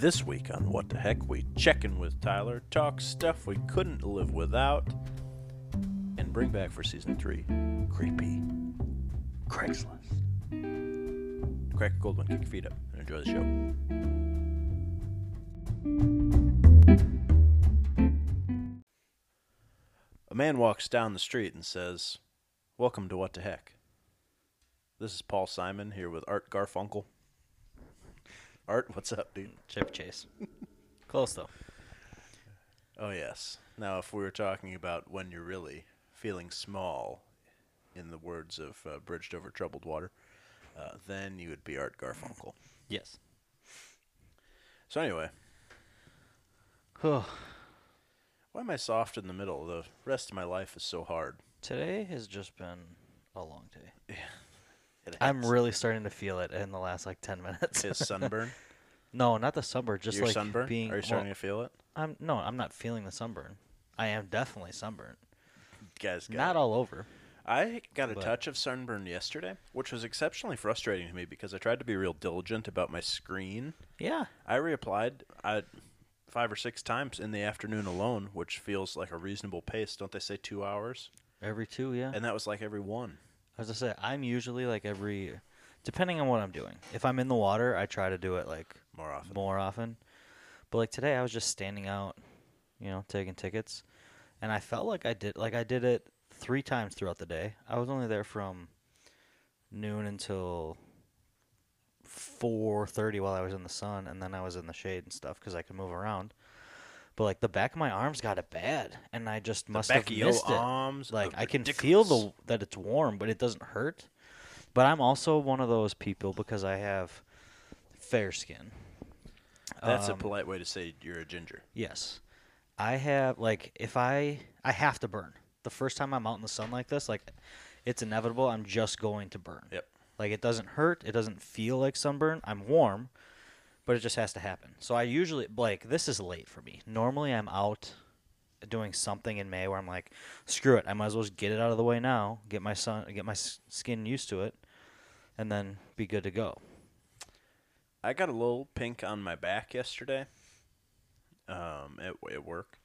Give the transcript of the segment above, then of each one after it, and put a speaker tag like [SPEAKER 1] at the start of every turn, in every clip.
[SPEAKER 1] This week on What the Heck, we check in with Tyler, talk stuff we couldn't live without, and bring back for season three creepy Craigslist. Crack a cold one, kick your feet up, and enjoy the show. A man walks down the street and says, Welcome to What the Heck. This is Paul Simon here with Art Garfunkel. Art, what's up, dude?
[SPEAKER 2] Chip chase. Close though.
[SPEAKER 1] Oh, yes. Now, if we were talking about when you're really feeling small, in the words of uh, Bridged Over Troubled Water, uh, then you would be Art Garfunkel.
[SPEAKER 2] Yes.
[SPEAKER 1] So, anyway,
[SPEAKER 2] Today
[SPEAKER 1] why am I soft in the middle? The rest of my life is so hard.
[SPEAKER 2] has just been a long day.
[SPEAKER 1] It
[SPEAKER 2] I'm
[SPEAKER 1] hits.
[SPEAKER 2] really starting to feel it in the last like 10 minutes.
[SPEAKER 1] His sunburn.
[SPEAKER 2] no, not the sunburn, just
[SPEAKER 1] Your
[SPEAKER 2] like
[SPEAKER 1] sunburn?
[SPEAKER 2] being
[SPEAKER 1] Are you
[SPEAKER 2] well,
[SPEAKER 1] starting to feel it?
[SPEAKER 2] I'm no, I'm not feeling the sunburn. I am definitely sunburned.
[SPEAKER 1] Guys, got
[SPEAKER 2] Not
[SPEAKER 1] it.
[SPEAKER 2] all over.
[SPEAKER 1] I got a
[SPEAKER 2] but-
[SPEAKER 1] touch of sunburn yesterday, which was exceptionally frustrating to me because I tried to be real diligent about my screen.
[SPEAKER 2] Yeah.
[SPEAKER 1] I reapplied I, five or six times in the afternoon alone, which feels like a reasonable pace. Don't they say two hours?
[SPEAKER 2] Every two, yeah.
[SPEAKER 1] And that was like every one.
[SPEAKER 2] As I say, I'm usually like every depending on what I'm doing. If I'm in the water, I try to do it like
[SPEAKER 1] More often.
[SPEAKER 2] more often. But like today, I was just standing out, you know, taking tickets, and I felt like I did like I did it three times throughout the day. I was only there from noon until four thirty while I was in the sun, and then I was in the shade and stuff because I could move around. But like the back of my arms got it bad, and I just must
[SPEAKER 1] Back
[SPEAKER 2] have
[SPEAKER 1] of your
[SPEAKER 2] missed it
[SPEAKER 1] arms.
[SPEAKER 2] like
[SPEAKER 1] are
[SPEAKER 2] I can feel
[SPEAKER 1] ridiculous.
[SPEAKER 2] the that it's warm, but it doesn't hurt. But I'm also one of those people because I have fair skin.
[SPEAKER 1] That's a
[SPEAKER 2] Um,
[SPEAKER 1] polite way to say you're a ginger.
[SPEAKER 2] Yes, I have like if I I have to burn the first time I'm out in the sun like this, like it's inevitable. I'm just going to burn.
[SPEAKER 1] Yep.
[SPEAKER 2] Like it doesn't hurt. It doesn't feel like sunburn. I'm warm, but it just has to happen. So I usually like this is late for me. Normally I'm out doing something in May where I'm like, screw it. I might as well just get it out of the way now. Get my sun, get my s- skin used to it, and then be good to go.
[SPEAKER 1] I got a little pink on my back yesterday. Um, at, at work.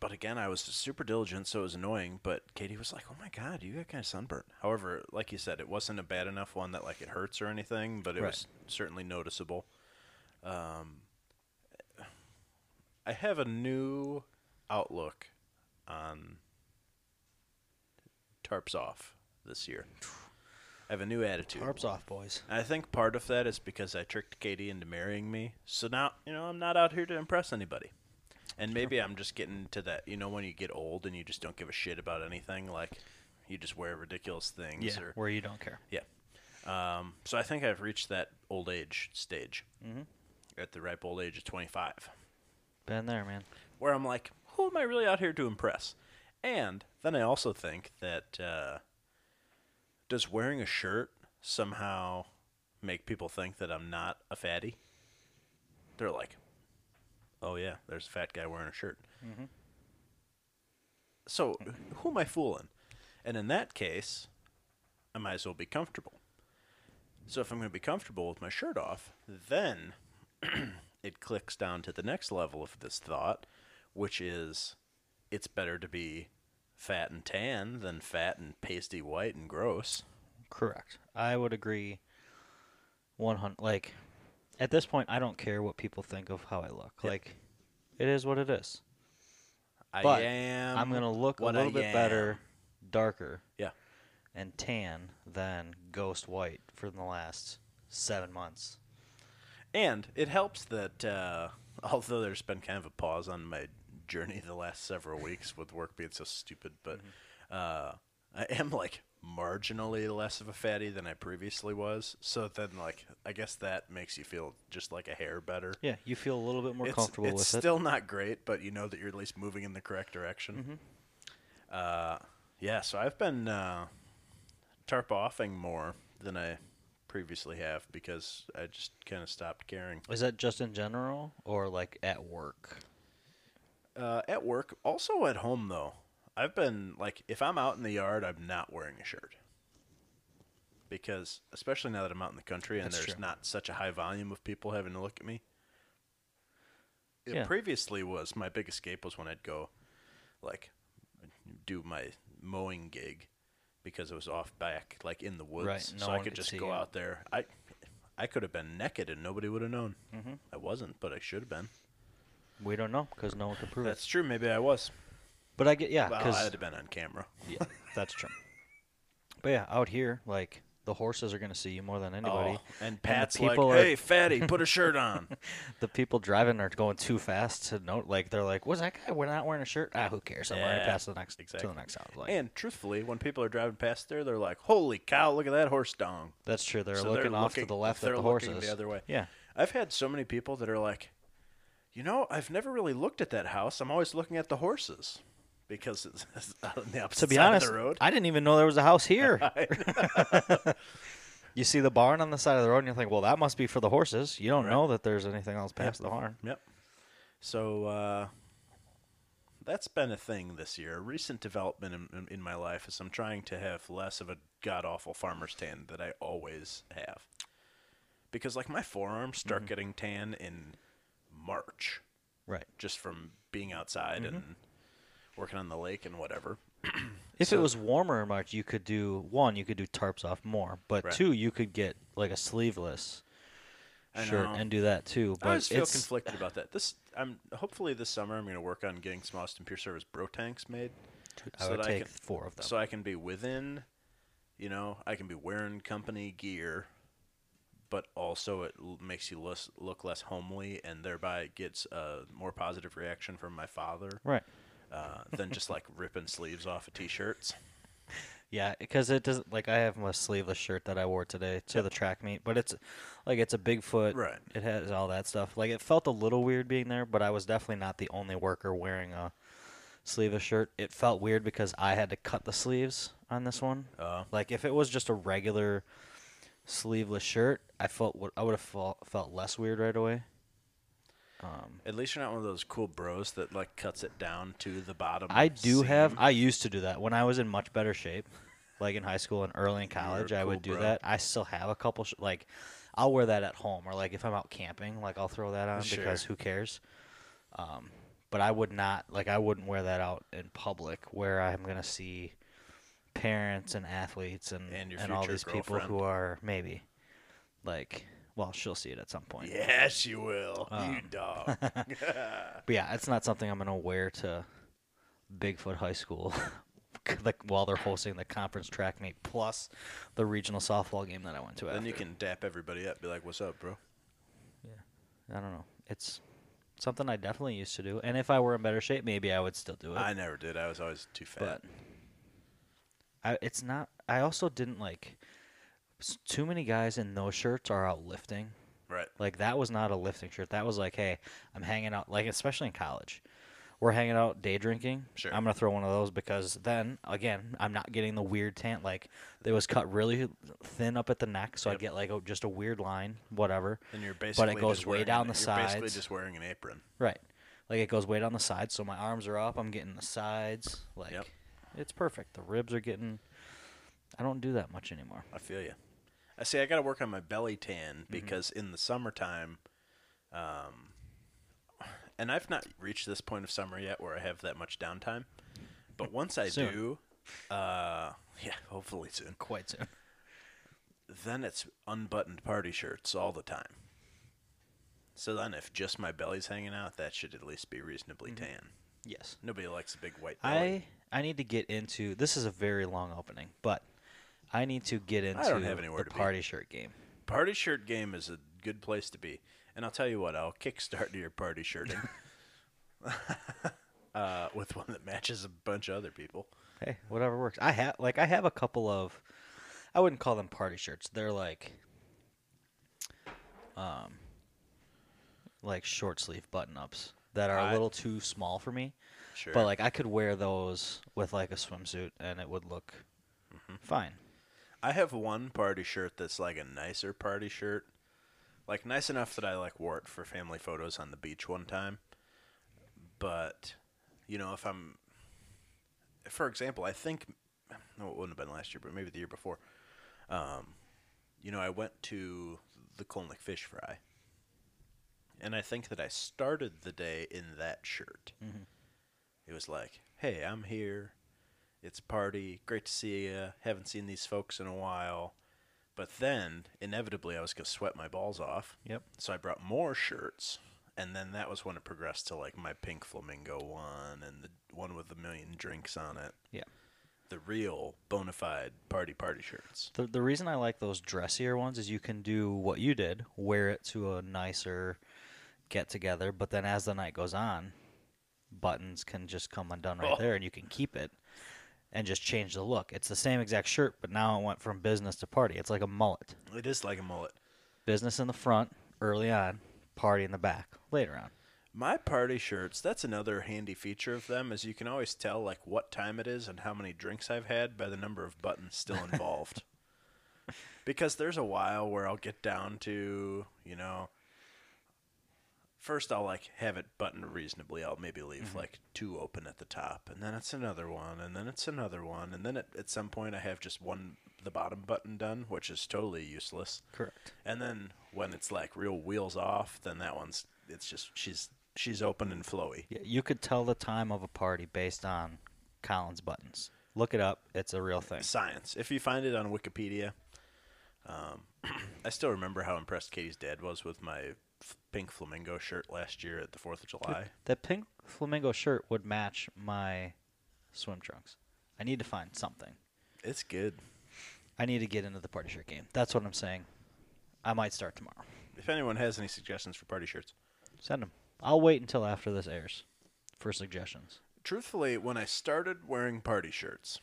[SPEAKER 1] But again, I was super diligent, so it was annoying. But Katie was like, "Oh my god, you got kind of sunburned." However, like you said, it wasn't a bad enough one that like it hurts or anything, but it
[SPEAKER 2] Right.
[SPEAKER 1] was certainly noticeable. Um, I have a new outlook on tarps off this year. I have a new attitude.
[SPEAKER 2] Tarps off, boys.
[SPEAKER 1] I think part of that is because I tricked Katie into marrying me. So now, you know, I'm not out here to impress anybody. And maybe I'm just getting to that, you know, when you get old and you just don't give a shit about anything, like you just wear ridiculous things
[SPEAKER 2] Yeah,
[SPEAKER 1] or
[SPEAKER 2] where you don't care.
[SPEAKER 1] yeah. Um, so I think I've reached that old age stage.
[SPEAKER 2] Mhm.
[SPEAKER 1] At the ripe old age of 25
[SPEAKER 2] Been there, man.
[SPEAKER 1] where I'm like, who am I really out here to impress? And then I also think that uh, does wearing a shirt somehow make people think that I'm not a fatty? They're like, oh yeah, there's a fat guy wearing a shirt. So who am I fooling? And in that case, I might as well be comfortable. So if I'm going to be comfortable with my shirt off, then it clicks down to the next level of this thought, which is it's better to be fat and tan than fat and pasty white and gross.
[SPEAKER 2] Correct. I would agree. One hundred. Like, at this point, I don't care what people think of how I look.
[SPEAKER 1] Yeah.
[SPEAKER 2] Like, it is what it is.
[SPEAKER 1] I
[SPEAKER 2] But
[SPEAKER 1] am.
[SPEAKER 2] I'm gonna look a
[SPEAKER 1] Um, what I
[SPEAKER 2] little bit better, darker,
[SPEAKER 1] Yeah.
[SPEAKER 2] and tan than ghost white for the last seven months.
[SPEAKER 1] And it helps that uh, although there's been kind of a pause on my journey the last several weeks with work being so stupid, but
[SPEAKER 2] Mm-hmm.
[SPEAKER 1] uh, I am like marginally less of a fatty than I previously was. So then, like, I guess that makes you feel just like a hair better.
[SPEAKER 2] Yeah, you feel a little bit more
[SPEAKER 1] it's,
[SPEAKER 2] comfortable
[SPEAKER 1] it's
[SPEAKER 2] with
[SPEAKER 1] still not great, but you know that you're at least moving in the correct direction.
[SPEAKER 2] Mm-hmm.
[SPEAKER 1] Uh, yeah, so I've been uh, tarp offing more than I previously have because I just kind of stopped caring.
[SPEAKER 2] it. Is that just in general or like at work?
[SPEAKER 1] Uh, at work, also at home though, I've been like, if I'm out in the yard, I'm not wearing a shirt because, especially now that I'm out in the country and
[SPEAKER 2] That's
[SPEAKER 1] there's
[SPEAKER 2] true.
[SPEAKER 1] not such a high volume of people having to look at me, it
[SPEAKER 2] Yeah.
[SPEAKER 1] previously was my big escape was when I'd go, like, do my mowing gig because it was off back, like in the woods,
[SPEAKER 2] Right, no
[SPEAKER 1] so I
[SPEAKER 2] one
[SPEAKER 1] could
[SPEAKER 2] could
[SPEAKER 1] just
[SPEAKER 2] see
[SPEAKER 1] go
[SPEAKER 2] you.
[SPEAKER 1] out there. I, I could have been naked and nobody would have known. Mm-hmm. I wasn't, but I should have been.
[SPEAKER 2] We don't know because no one can prove
[SPEAKER 1] That's
[SPEAKER 2] it.
[SPEAKER 1] true. Maybe I was.
[SPEAKER 2] But I get yeah,
[SPEAKER 1] Well,
[SPEAKER 2] because
[SPEAKER 1] I'd have been on camera.
[SPEAKER 2] yeah, that's true. But yeah, out here, like the horses are gonna see you more than anybody.
[SPEAKER 1] Oh, and
[SPEAKER 2] the
[SPEAKER 1] Pat's
[SPEAKER 2] people
[SPEAKER 1] like,
[SPEAKER 2] are-
[SPEAKER 1] "Hey, fatty, put a shirt on."
[SPEAKER 2] The people driving are going too fast to note. Like they're like, "Was that guy? We're not wearing a shirt. Ah, who cares? I'm
[SPEAKER 1] Yeah,
[SPEAKER 2] running past the next to
[SPEAKER 1] exactly.
[SPEAKER 2] the next house." Like
[SPEAKER 1] and truthfully, when people are driving past there, they're like, "Holy cow, look at that horse dong."
[SPEAKER 2] that's true. They're
[SPEAKER 1] So
[SPEAKER 2] looking off to
[SPEAKER 1] looking-
[SPEAKER 2] the left
[SPEAKER 1] they're
[SPEAKER 2] at the
[SPEAKER 1] looking
[SPEAKER 2] horses.
[SPEAKER 1] the other way.
[SPEAKER 2] Yeah,
[SPEAKER 1] I've had so many people that are like, you know, I've never really looked at that house. I'm always looking at the horses because it's it's out on the opposite
[SPEAKER 2] to be
[SPEAKER 1] side
[SPEAKER 2] honest,
[SPEAKER 1] of the road.
[SPEAKER 2] I didn't even know there was a house here. you see the barn on the side of the road, and you think, "Well, that must be for the horses." You don't
[SPEAKER 1] Right.
[SPEAKER 2] know that there's anything else past the barn.
[SPEAKER 1] Yep. So uh, that's been a thing this year. A recent development in, in, in my life is I'm trying to have less of a god awful farmer's tan that I always have. Because, like, my forearms
[SPEAKER 2] Mm-hmm.
[SPEAKER 1] start getting tan in March.
[SPEAKER 2] Right.
[SPEAKER 1] just from being outside
[SPEAKER 2] Mm-hmm.
[SPEAKER 1] and working on the lake and whatever.
[SPEAKER 2] If it was warmer in March, you could do one, you could do tarps off more, but
[SPEAKER 1] Right.
[SPEAKER 2] two, you could get like a sleeveless
[SPEAKER 1] I
[SPEAKER 2] shirt
[SPEAKER 1] know.
[SPEAKER 2] and do that too. But
[SPEAKER 1] I always feel
[SPEAKER 2] it's
[SPEAKER 1] conflicted about that. This I'm hopefully this summer I'm going to work on getting some Austin Pure Service bro tanks made,
[SPEAKER 2] I
[SPEAKER 1] so
[SPEAKER 2] would
[SPEAKER 1] that I
[SPEAKER 2] take
[SPEAKER 1] can-
[SPEAKER 2] four of them.
[SPEAKER 1] so I can be within, you know, I can be wearing company gear, but also it l- makes you less, look less homely and thereby it gets a more positive reaction from my father
[SPEAKER 2] right.
[SPEAKER 1] uh, than just like ripping sleeves off of t-shirts.
[SPEAKER 2] Yeah, because it doesn't like I have my sleeveless shirt that I wore today to the track meet, but it's like it's a Bigfoot.
[SPEAKER 1] Right.
[SPEAKER 2] It has all that stuff. Like it felt a little weird being there, but I was definitely not the only worker wearing a sleeveless shirt. It felt weird because I had to cut the sleeves on this one.
[SPEAKER 1] Uh.
[SPEAKER 2] Like if it was just a regular sleeveless shirt, I felt would- I would have felt, felt less weird right away. Um,
[SPEAKER 1] At least you're not one of those cool bros that like cuts it down to the bottom.
[SPEAKER 2] I do have.
[SPEAKER 1] seam.
[SPEAKER 2] I used to do that when I was in much better shape, like in high school and early in
[SPEAKER 1] were a
[SPEAKER 2] college. I
[SPEAKER 1] cool
[SPEAKER 2] would do
[SPEAKER 1] bro.
[SPEAKER 2] that. I still have a couple. Sh- like, I'll wear that at home or like if I'm out camping, like I'll throw that on
[SPEAKER 1] Sure.
[SPEAKER 2] because who cares? Um, but I would not like I wouldn't wear that out in public where I'm gonna see parents and athletes and
[SPEAKER 1] And your
[SPEAKER 2] all
[SPEAKER 1] future
[SPEAKER 2] these people
[SPEAKER 1] girlfriend.
[SPEAKER 2] who are maybe like well she'll see it at some point.
[SPEAKER 1] Yes, you will. you
[SPEAKER 2] Um,
[SPEAKER 1] dog.
[SPEAKER 2] But yeah, it's not something I'm gonna wear to Bigfoot High School, like while they're hosting the conference track meet plus the regional softball game that I went to.
[SPEAKER 1] then
[SPEAKER 2] after.
[SPEAKER 1] you can dap everybody up. Be like, "What's up, bro?"
[SPEAKER 2] I don't know. It's something I definitely used to do, and if I were in better shape, maybe I would still do it.
[SPEAKER 1] I never did. I was always too fat.
[SPEAKER 2] but I, it's not. I also didn't like. s- Too many guys in those shirts are out lifting.
[SPEAKER 1] right.
[SPEAKER 2] Like that was not a lifting shirt. That was like, hey, I'm hanging out. Like especially in college, we're hanging out day drinking.
[SPEAKER 1] Sure.
[SPEAKER 2] I'm gonna throw one of those because then again, I'm not getting the weird tan. Like it was cut really thin up at the neck, so I
[SPEAKER 1] Yep.
[SPEAKER 2] get like a, just a weird line, whatever.
[SPEAKER 1] And you're basically
[SPEAKER 2] goes
[SPEAKER 1] just
[SPEAKER 2] way
[SPEAKER 1] wearing
[SPEAKER 2] down
[SPEAKER 1] an-
[SPEAKER 2] the
[SPEAKER 1] you're Basically,
[SPEAKER 2] sides.
[SPEAKER 1] just wearing an apron.
[SPEAKER 2] Right. Like it goes way down the sides, so my arms are up. I'm getting the sides. Like
[SPEAKER 1] Yep.
[SPEAKER 2] it's perfect. The ribs are getting. I don't do that much anymore.
[SPEAKER 1] I feel you. I see. I got to work on my belly tan
[SPEAKER 2] Mm-hmm.
[SPEAKER 1] because in the summertime, um, and I've not reached this point of summer yet where I have that much downtime. But once I
[SPEAKER 2] Soon.
[SPEAKER 1] do, uh, yeah, hopefully soon.
[SPEAKER 2] Quite soon.
[SPEAKER 1] then it's unbuttoned party shirts all the time. So then, if just my belly's hanging out, that should at least be reasonably tan.
[SPEAKER 2] Yes.
[SPEAKER 1] Nobody likes a big white belly.
[SPEAKER 2] Mm-hmm. I I need to get into this is a very long opening, but I need to get into
[SPEAKER 1] don't have anywhere to
[SPEAKER 2] the
[SPEAKER 1] be.
[SPEAKER 2] party shirt game.
[SPEAKER 1] Party shirt game is a good place to be. And I'll tell you what, I'll kickstart your party shirting uh, with one that matches a bunch of other people.
[SPEAKER 2] Hey, whatever works. I have like I have a couple of I wouldn't call them party shirts. They're like um like short sleeve button ups that are a
[SPEAKER 1] I-
[SPEAKER 2] little too small for me.
[SPEAKER 1] Sure.
[SPEAKER 2] But like I could wear those with like a swimsuit and it would look
[SPEAKER 1] Mm-hmm.
[SPEAKER 2] fine.
[SPEAKER 1] I have one party shirt that's like a nicer party shirt, like nice enough that I like wore it for family photos on the beach one time. But you know, if I'm, for example, I think no, it wouldn't have been last year, but maybe the year before. Um, you know, I went to the Colnick Fish Fry, And I think that I started the day in that shirt. It was like, hey, I'm here. It's a party. Great to see you. Haven't seen these folks in a while. But then, inevitably, I was going to sweat my balls off.
[SPEAKER 2] Yep.
[SPEAKER 1] So I brought more shirts. And then that was when it progressed to like my pink flamingo one and the one with a million drinks on it.
[SPEAKER 2] Yeah.
[SPEAKER 1] The real bona fide party party shirts.
[SPEAKER 2] The, the reason I like those dressier ones is you can do what you did, wear it to a nicer get together, but then as the night goes on, buttons can just come undone right
[SPEAKER 1] Oh.
[SPEAKER 2] there and you can keep it and just change the look. It's the same exact shirt, but now it went from business to party. It's like a mullet.
[SPEAKER 1] It is like a mullet.
[SPEAKER 2] Business in the front early on, party in the back later on.
[SPEAKER 1] My party shirts, that's another handy feature of them is you can always tell like what time it is and how many drinks I've had by the number of buttons still involved. because there's a while where I'll get down to, you know, first I'll like have it buttoned reasonably. I'll maybe leave like two open at the top and then it's another one and then it's another one and then at, at some point I have just one the bottom button done, which is totally useless.
[SPEAKER 2] Correct.
[SPEAKER 1] And then when it's like real wheels off, then that one's it's just she's she's open and flowy.
[SPEAKER 2] Yeah, you could tell the time of a party based on Collins buttons. Look it up. It's a real thing.
[SPEAKER 1] Science. If you find it on Wikipedia, um, I still remember how impressed Katie's dad was with my f- pink flamingo shirt last year at the Fourth of July.
[SPEAKER 2] That pink flamingo shirt would match my swim trunks. I need to find something.
[SPEAKER 1] It's good.
[SPEAKER 2] I need to get into the party shirt game. That's what I'm saying. I might start tomorrow.
[SPEAKER 1] If anyone has any suggestions for party shirts,
[SPEAKER 2] Send them. I'll wait until after this airs for suggestions.
[SPEAKER 1] truthfully, when I started wearing party shirts,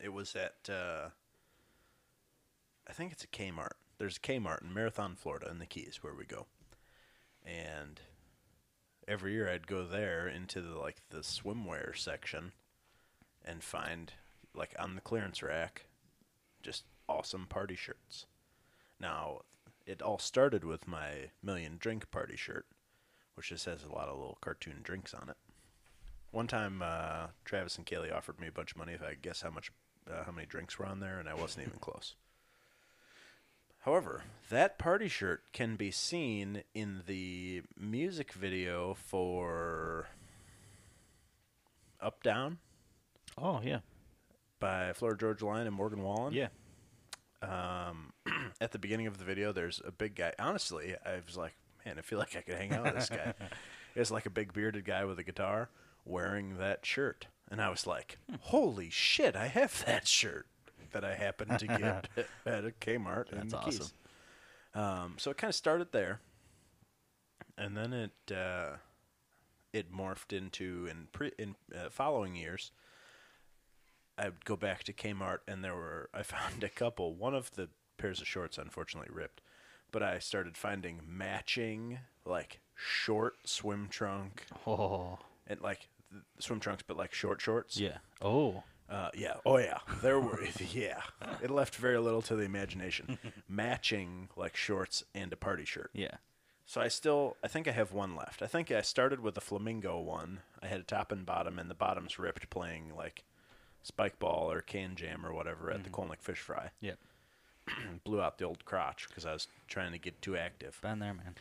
[SPEAKER 1] it was at uh, I think it's a Kmart. There's a Kmart in Marathon, Florida, in the Keys where we go, and every year I'd go there into the like the swimwear section and find like on the clearance rack just awesome party shirts. Now, it all started with my million drink party shirt, which just has a lot of little cartoon drinks on it. One time, uh, Travis and Kaylee offered me a bunch of money if I could guess how much, uh, how many drinks were on there, and I wasn't even close. However, that party shirt can be seen in the music video for "Up Down"
[SPEAKER 2] Oh, yeah.
[SPEAKER 1] by Florida Georgia Line and Morgan Wallen.
[SPEAKER 2] Yeah.
[SPEAKER 1] at the beginning of the video, there's a big guy. Honestly, I was like, man, I feel like I could hang out with this guy. it's like a big bearded guy with a guitar wearing that shirt. And I was like,
[SPEAKER 2] Hmm.
[SPEAKER 1] holy shit, I have that shirt that I happened to get at a Kmart. in
[SPEAKER 2] That's
[SPEAKER 1] the Keys.
[SPEAKER 2] awesome.
[SPEAKER 1] Um, so it kind of started there. And then it uh, it morphed into, in, pre- in uh, following years, I would go back to Kmart and there were I found a couple. One of the pairs of shorts unfortunately ripped, but I started finding matching like short swim trunk
[SPEAKER 2] Oh,
[SPEAKER 1] and like th- swim trunks, but like short shorts.
[SPEAKER 2] yeah. Oh.
[SPEAKER 1] Uh, yeah. Oh yeah. There were. yeah. It left very little to the imagination. matching like shorts and a party shirt.
[SPEAKER 2] Yeah.
[SPEAKER 1] So I still, I think I have one left. I think I started with the flamingo one. I had a top and bottom, and the bottom's ripped playing like spike ball or can jam or whatever at the Colnick Fish Fry.
[SPEAKER 2] Yeah.
[SPEAKER 1] And blew out the old crotch because I was trying to get too active.
[SPEAKER 2] Been there, man.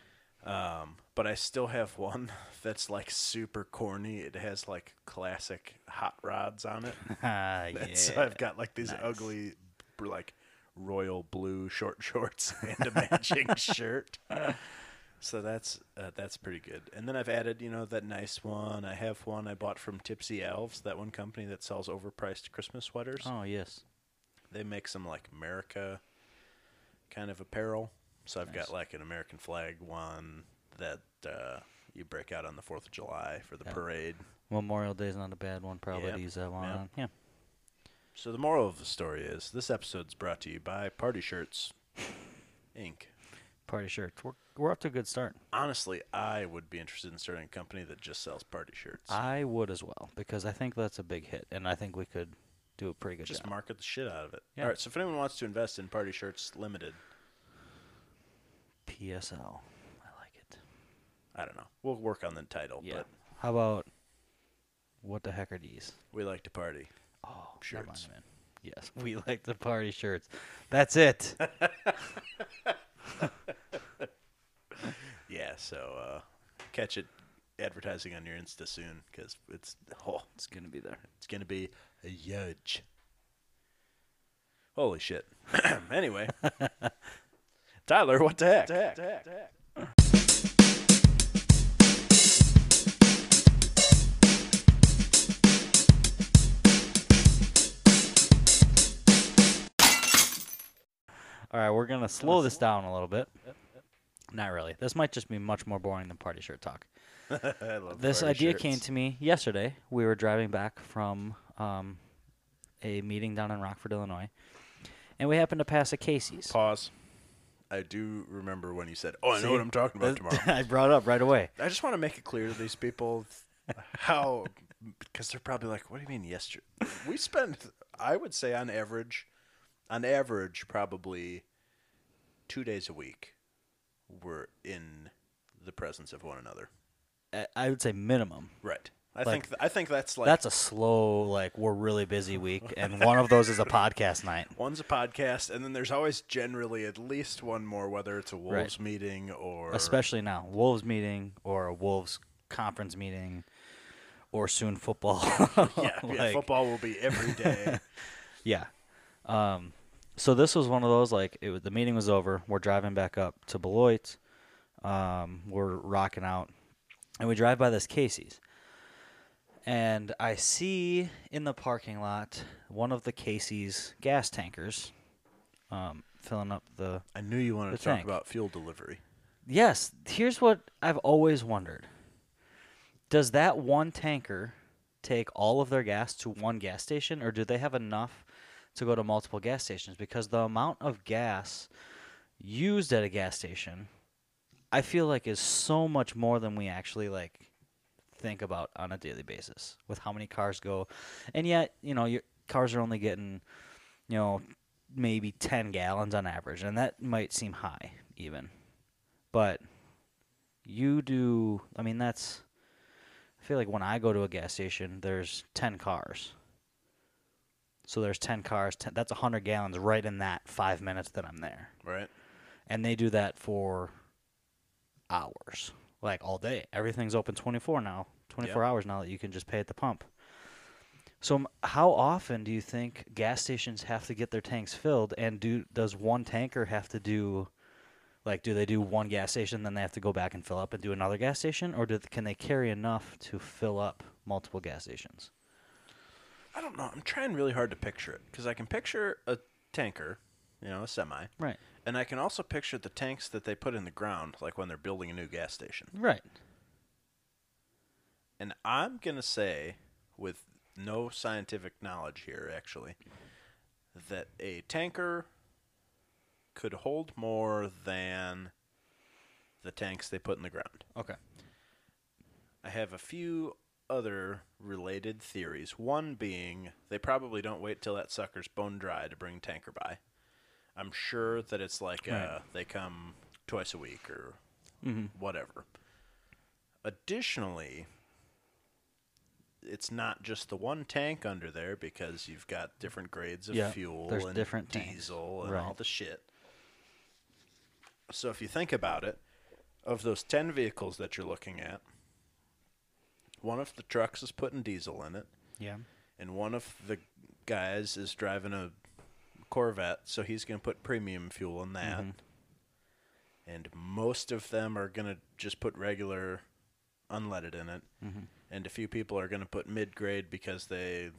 [SPEAKER 1] Um, but I still have one that's like super corny. It has like classic hot rods on it.
[SPEAKER 2] Ah,
[SPEAKER 1] And so
[SPEAKER 2] yeah.
[SPEAKER 1] I've got like these
[SPEAKER 2] Nice.
[SPEAKER 1] ugly, br- like royal blue short shorts and a matching shirt. So that's uh, that's pretty good. And then I've added, you know, that nice one. I have one I bought from Tipsy Elves, that one company that sells overpriced Christmas sweaters.
[SPEAKER 2] Oh, yes.
[SPEAKER 1] They make some like America kind of apparel. So I've
[SPEAKER 2] Nice.
[SPEAKER 1] got like an American flag one that uh, you break out on the Fourth of July for the
[SPEAKER 2] Yeah.
[SPEAKER 1] parade.
[SPEAKER 2] Memorial Day's not a bad one, probably
[SPEAKER 1] Yep.
[SPEAKER 2] to use that one
[SPEAKER 1] Yep.
[SPEAKER 2] on. Yeah.
[SPEAKER 1] So the moral of the story is this episode's brought to you by Party Shirts Inc.
[SPEAKER 2] Party shirts. We're, we're up to a good start.
[SPEAKER 1] Honestly, I would be interested in starting a company that just sells party shirts.
[SPEAKER 2] I would as well because I think that's a big hit, and I think we could do a pretty good
[SPEAKER 1] just
[SPEAKER 2] job.
[SPEAKER 1] market the shit out of it.
[SPEAKER 2] Yeah.
[SPEAKER 1] All right, so if anyone wants to invest in Party Shirts Limited,
[SPEAKER 2] PSL, I like it.
[SPEAKER 1] I don't know. We'll work on the title,
[SPEAKER 2] Yeah.
[SPEAKER 1] but
[SPEAKER 2] How about what the heck are these?
[SPEAKER 1] we like to party.
[SPEAKER 2] Oh, never mind,
[SPEAKER 1] Shirts.
[SPEAKER 2] man. Yes, we like the party shirts. That's it.
[SPEAKER 1] Yeah, So uh, catch it advertising on your Insta soon because it's oh,
[SPEAKER 3] It's gonna be there.
[SPEAKER 1] it's gonna be a huge. Holy shit! anyway, Tyler, what the heck?
[SPEAKER 2] All right, we're gonna slow this down a little bit. Not really. This might just be much more boring than party shirt talk.
[SPEAKER 1] I love
[SPEAKER 2] This
[SPEAKER 1] party
[SPEAKER 2] idea
[SPEAKER 1] shirts.
[SPEAKER 2] came to me yesterday. We were driving back from um, a meeting down in Rockford, Illinois, and we happened to pass a Casey's.
[SPEAKER 1] pause. I do remember when you said, "Oh, I
[SPEAKER 2] See?
[SPEAKER 1] know what I'm talking about
[SPEAKER 2] That-
[SPEAKER 1] tomorrow."
[SPEAKER 2] I brought it up right away.
[SPEAKER 1] I just want to make it clear to these people how, because they're probably like, "What do you mean yesterday?" We spend, I would say, on average, on average, probably two days a week, we're in the presence of one another.
[SPEAKER 2] I- I would say minimum.
[SPEAKER 1] Right. I
[SPEAKER 2] Like-
[SPEAKER 1] think th- I think that's like
[SPEAKER 2] That's a slow, like we're really busy week, and one of those is a podcast night.
[SPEAKER 1] one's a podcast, and then there's always generally at least one more, whether it's a wolves meeting or
[SPEAKER 2] especially now wolves meeting or a wolves conference meeting or soon football
[SPEAKER 1] yeah, yeah,
[SPEAKER 2] Like,
[SPEAKER 1] football will be every day.
[SPEAKER 2] yeah um, so this was one of those like it was, the meeting was over we're driving back up to beloit um, we're rocking out and we drive by this casey's and i see in the parking lot one of the casey's gas tankers um, filling up the
[SPEAKER 1] I knew you wanted
[SPEAKER 2] The
[SPEAKER 1] to talk
[SPEAKER 2] tank.
[SPEAKER 1] about fuel delivery.
[SPEAKER 2] Yes, here's what I've always wondered. Does that one tanker take all of their gas to one gas station or do they have enough to go to multiple gas stations because the amount of gas used at a gas station I feel like is so much more than we actually like think about on a daily basis with how many cars go. And yet, you know, your cars are only getting, you know, maybe 10 gallons on average and that might seem high even but you do i mean that's i feel like when i go to a gas station there's 10 cars so there's 10 cars 10, that's 100 gallons right in that five minutes that i'm there
[SPEAKER 1] Right.
[SPEAKER 2] and they do that for hours like all day everything's open 24 now 24 hours now that you can just pay at the pump so m- how often do you think gas stations have to get their tanks filled and do does one tanker have to do like do they do one gas station then they have to go back and fill up and do another gas station or do, can they carry enough to fill up multiple gas stations
[SPEAKER 1] I don't know. I'm trying really hard to picture it because I can picture a tanker, you know, a semi,
[SPEAKER 2] right
[SPEAKER 1] and I can also picture the tanks that they put in the ground, like when they're building a new gas station.
[SPEAKER 2] right
[SPEAKER 1] And I'm gonna say, with no scientific knowledge here, actually, that a tanker could hold more than the tanks they put in the ground.
[SPEAKER 2] okay
[SPEAKER 1] I have a few other related theories. One being they probably don't wait till that sucker's bone dry to bring tanker by. I'm sure that it's like uh, they come twice a week or
[SPEAKER 2] Mm-hmm.
[SPEAKER 1] whatever. Additionally, it's not just the one tank under there because you've got different grades of
[SPEAKER 2] Yeah,
[SPEAKER 1] fuel
[SPEAKER 2] there's
[SPEAKER 1] and
[SPEAKER 2] different tanks.
[SPEAKER 1] diesel and all
[SPEAKER 2] Right.
[SPEAKER 1] the shit. So if you think about it, of those 10 vehicles that you're looking at, one of the trucks is putting diesel in it,
[SPEAKER 2] yeah
[SPEAKER 1] and one of the guys is driving a Corvette, so he's going to put premium fuel in that. And most of them are going to just put regular unleaded in it. And a few people are going to put mid grade because they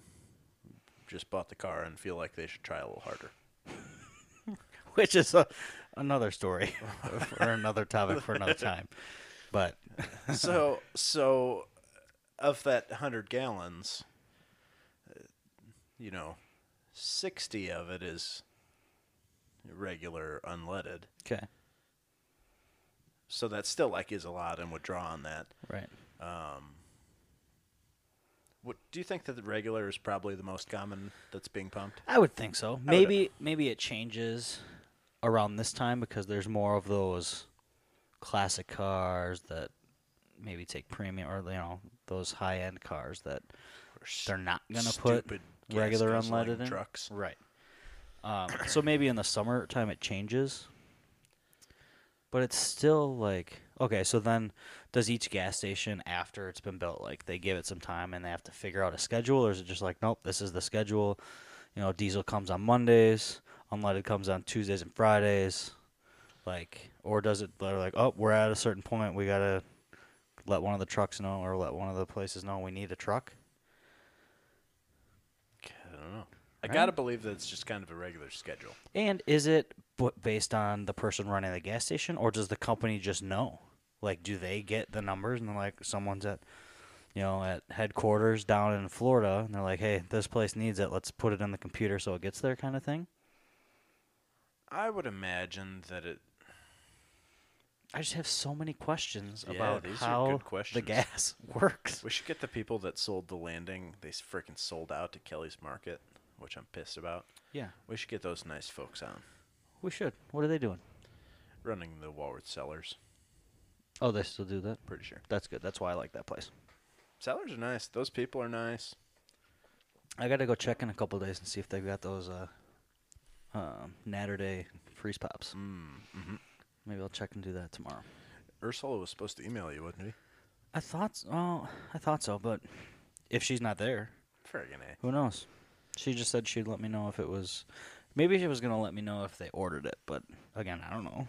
[SPEAKER 1] just bought the car and feel like they should try a little harder.
[SPEAKER 2] which is a, another story or another topic for another time. But
[SPEAKER 1] so so of that 100 gallons uh, you know 60 of it is regular unleaded
[SPEAKER 2] okay,
[SPEAKER 1] so that still like is a lot and would draw on that
[SPEAKER 2] right.
[SPEAKER 1] what, do you think that the regular is probably the most common that's being pumped
[SPEAKER 2] I would think so. Maybe maybe it changes around this time because there's more of those classic cars that maybe take premium or you know those high end cars that they're not gonna
[SPEAKER 1] Stupid
[SPEAKER 2] put
[SPEAKER 1] gas
[SPEAKER 2] regular
[SPEAKER 1] guzzling
[SPEAKER 2] unleaded in.
[SPEAKER 1] trucks
[SPEAKER 2] Right. Um, so maybe in the summertime it changes, but it's still like Okay, so then does each gas station after it's been built like they give it some time and they have to figure out a schedule or is it just like nope, this is the schedule. You know, diesel comes on Mondays, unleaded comes on Tuesdays and Fridays. Like or does it they're like, "Oh, we're at a certain point, we got to let one of the trucks know or let one of the places know we need a truck."
[SPEAKER 1] I don't know. I
[SPEAKER 2] Right.
[SPEAKER 1] gotta believe that it's just kind of a regular schedule.
[SPEAKER 2] And is it bu- based on the person running the gas station, or does the company just know? Like, do they get the numbers and they're like, someone's at, you know, at headquarters down in Florida, and they're like, hey, this place needs it. Let's put it in the computer so it gets there, kind of thing.
[SPEAKER 1] I would imagine that it.
[SPEAKER 2] I just have so many questions
[SPEAKER 1] Yeah,
[SPEAKER 2] about
[SPEAKER 1] these are
[SPEAKER 2] how
[SPEAKER 1] good
[SPEAKER 2] the
[SPEAKER 1] questions.
[SPEAKER 2] gas works.
[SPEAKER 1] We should get the people that sold the landing. They s- freaking sold out to Kelly's Market, which I'm pissed about.
[SPEAKER 2] Yeah,
[SPEAKER 1] We should get those nice folks on
[SPEAKER 2] we should. What are they doing?
[SPEAKER 1] running the Walworth Cellars.
[SPEAKER 2] Oh, they still do that.
[SPEAKER 1] Pretty sure
[SPEAKER 2] That's good. That's why I like that place.
[SPEAKER 1] Cellars are nice. Those people are nice.
[SPEAKER 2] I gotta go check in a couple days and see if they've got those uh, um, Natter Day freeze pops. mm-hmm.
[SPEAKER 1] mhm.
[SPEAKER 2] Maybe I'll check and do that tomorrow.
[SPEAKER 1] Ursula was supposed to email you, wasn't he?
[SPEAKER 2] I thought, so, oh, I thought so, but if she's not there,
[SPEAKER 1] Friggin' a.
[SPEAKER 2] who knows? She just said she'd let me know if it was. Maybe she was gonna let me know if they ordered it, but again, I don't know.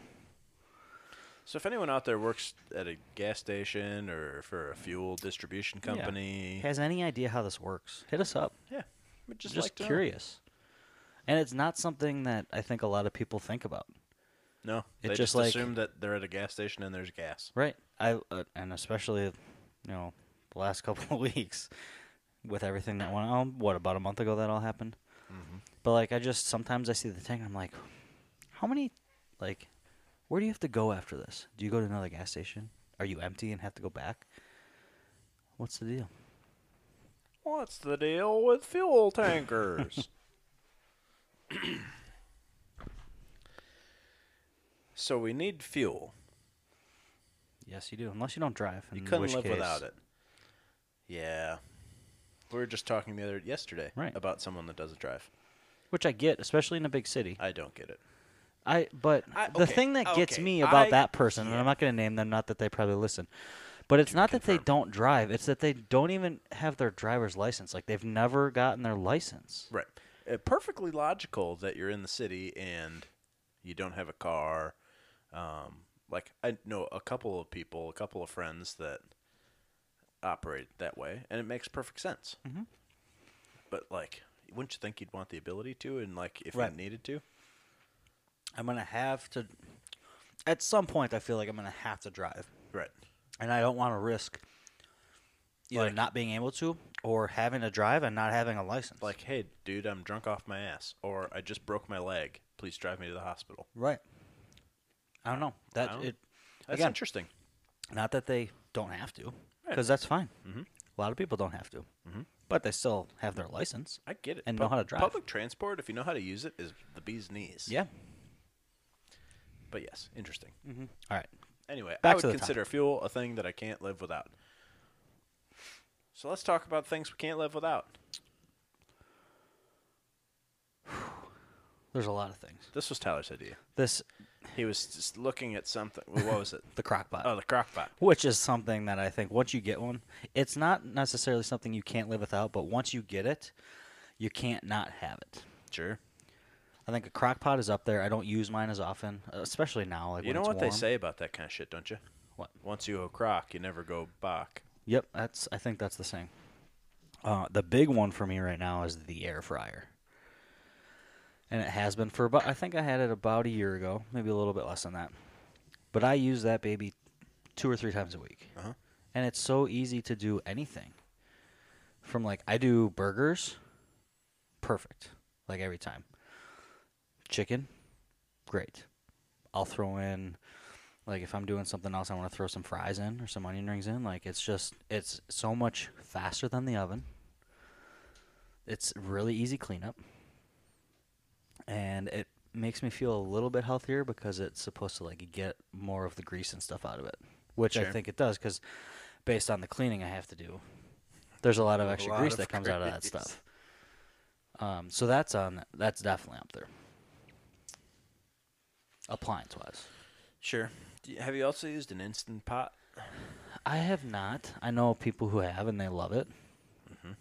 [SPEAKER 1] So if anyone out there works at a gas station or for a fuel distribution
[SPEAKER 2] Yeah.
[SPEAKER 1] company, yeah,
[SPEAKER 2] Has any idea how this works? Hit us up.
[SPEAKER 1] we'd
[SPEAKER 2] Just,
[SPEAKER 1] just, like to know.
[SPEAKER 2] curious. And it's not something that I think a lot of people think about.
[SPEAKER 1] No,
[SPEAKER 2] It
[SPEAKER 1] they
[SPEAKER 2] just
[SPEAKER 1] just,
[SPEAKER 2] like-
[SPEAKER 1] assume that they're at a gas station and there's gas.
[SPEAKER 2] Right. I uh, and especially, you know, the last couple of weeks with everything that went on. What about a month ago that all happened?
[SPEAKER 1] Mm-hmm.
[SPEAKER 2] But like, I just sometimes I see the thing. I'm like, how many? Like, where do you have to go after this? Do you go to another gas station? Are you empty and have to go back? What's the deal?
[SPEAKER 1] What's the deal with fuel tankers? so we need fuel.
[SPEAKER 2] Yes, you do. Unless you don't drive.
[SPEAKER 1] You
[SPEAKER 2] in
[SPEAKER 1] couldn't
[SPEAKER 2] which
[SPEAKER 1] live
[SPEAKER 2] case-
[SPEAKER 1] without it. Yeah. We were just talking the other yesterday
[SPEAKER 2] Right.
[SPEAKER 1] about someone that doesn't drive.
[SPEAKER 2] Which I get, especially in a big city.
[SPEAKER 1] I don't get it.
[SPEAKER 2] I but
[SPEAKER 1] I-
[SPEAKER 2] the
[SPEAKER 1] okay,
[SPEAKER 2] thing that gets
[SPEAKER 1] okay,
[SPEAKER 2] me about
[SPEAKER 1] I-
[SPEAKER 2] that person, and
[SPEAKER 1] yeah.
[SPEAKER 2] I'm not going to name them, not that they probably listen, but it's not that they don't drive; it's that they don't even have their driver's license. Like they've never gotten their license.
[SPEAKER 1] Right. Uh, perfectly logical that you're in the city and you don't have a car. Um, like I know a couple of people, a couple of friends that operate that way, and it makes perfect sense. Mm-hmm. But like, wouldn't you think you'd want the ability to, and like if
[SPEAKER 2] Right.
[SPEAKER 1] you needed to?
[SPEAKER 2] I'm going to have to. At some point, I feel like I'm going to have to drive,
[SPEAKER 1] Right.
[SPEAKER 2] and I don't want to risk either
[SPEAKER 1] Like-
[SPEAKER 2] not being able to or having to drive and not having a license.
[SPEAKER 1] Like, hey, dude, I'm drunk off my ass, or I just broke my leg. Please drive me to the hospital.
[SPEAKER 2] right? I don't know that
[SPEAKER 1] don't-
[SPEAKER 2] it.
[SPEAKER 1] That's
[SPEAKER 2] Again,
[SPEAKER 1] interesting.
[SPEAKER 2] Not that they don't have to,
[SPEAKER 1] Right.
[SPEAKER 2] because that's fine. Mm-hmm. A lot of people don't have to, mm-hmm. but they still have their license.
[SPEAKER 1] I get it.
[SPEAKER 2] and know how to drive.
[SPEAKER 1] Public transport, if you know how to use it, is the bee's knees.
[SPEAKER 2] Yeah.
[SPEAKER 1] But yes, interesting.
[SPEAKER 2] All right.
[SPEAKER 1] Anyway,
[SPEAKER 2] Back
[SPEAKER 1] I would
[SPEAKER 2] to the
[SPEAKER 1] consider fuel a thing that I can't live without. So let's talk about things we can't live without.
[SPEAKER 2] There's a lot of things.
[SPEAKER 1] This was Tyler's idea.
[SPEAKER 2] This
[SPEAKER 1] He was just looking at something. Well, what was it?
[SPEAKER 2] the crock pot,
[SPEAKER 1] Oh, the crock pot.
[SPEAKER 2] which is something that I think once you get one, it's not necessarily something you can't live without, but once you get it, you can't not have it.
[SPEAKER 1] Sure.
[SPEAKER 2] I think a crock pot is up there. I don't use mine as often, especially now. Like
[SPEAKER 1] You
[SPEAKER 2] when
[SPEAKER 1] know
[SPEAKER 2] it's
[SPEAKER 1] what they
[SPEAKER 2] warm.
[SPEAKER 1] say about that kind of shit, don't you?
[SPEAKER 2] What?
[SPEAKER 1] Once you go crock, you never go bach.
[SPEAKER 2] Yep, that's. I think that's the same. Uh, the big one for me right now is the air fryer, and it has been for about. I think I had it about a year ago, maybe a little bit less than that. But I use that baby two or three times a week,
[SPEAKER 1] Uh-huh.
[SPEAKER 2] and it's so easy to do anything. From like I do burgers, perfect, like every time. Chicken, great. I'll throw in like if I'm doing something else, I want to throw some fries in or some onion rings in. Like it's just it's so much faster than the oven. It's really easy cleanup, and it makes me feel a little bit healthier because it's supposed to like get more of the grease and stuff out of it, which I
[SPEAKER 1] Sure.
[SPEAKER 2] think it does because based on the cleaning I have to do, there's a lot of extra
[SPEAKER 1] lot
[SPEAKER 2] grease
[SPEAKER 1] of
[SPEAKER 2] that comes out of that
[SPEAKER 1] grease.
[SPEAKER 2] stuff. Um, so that's on that's definitely up there. Appliance wise.
[SPEAKER 1] Sure. Do you- Have you also used an instant pot?
[SPEAKER 2] I have not. I know people who have and they love it. Mm-hmm.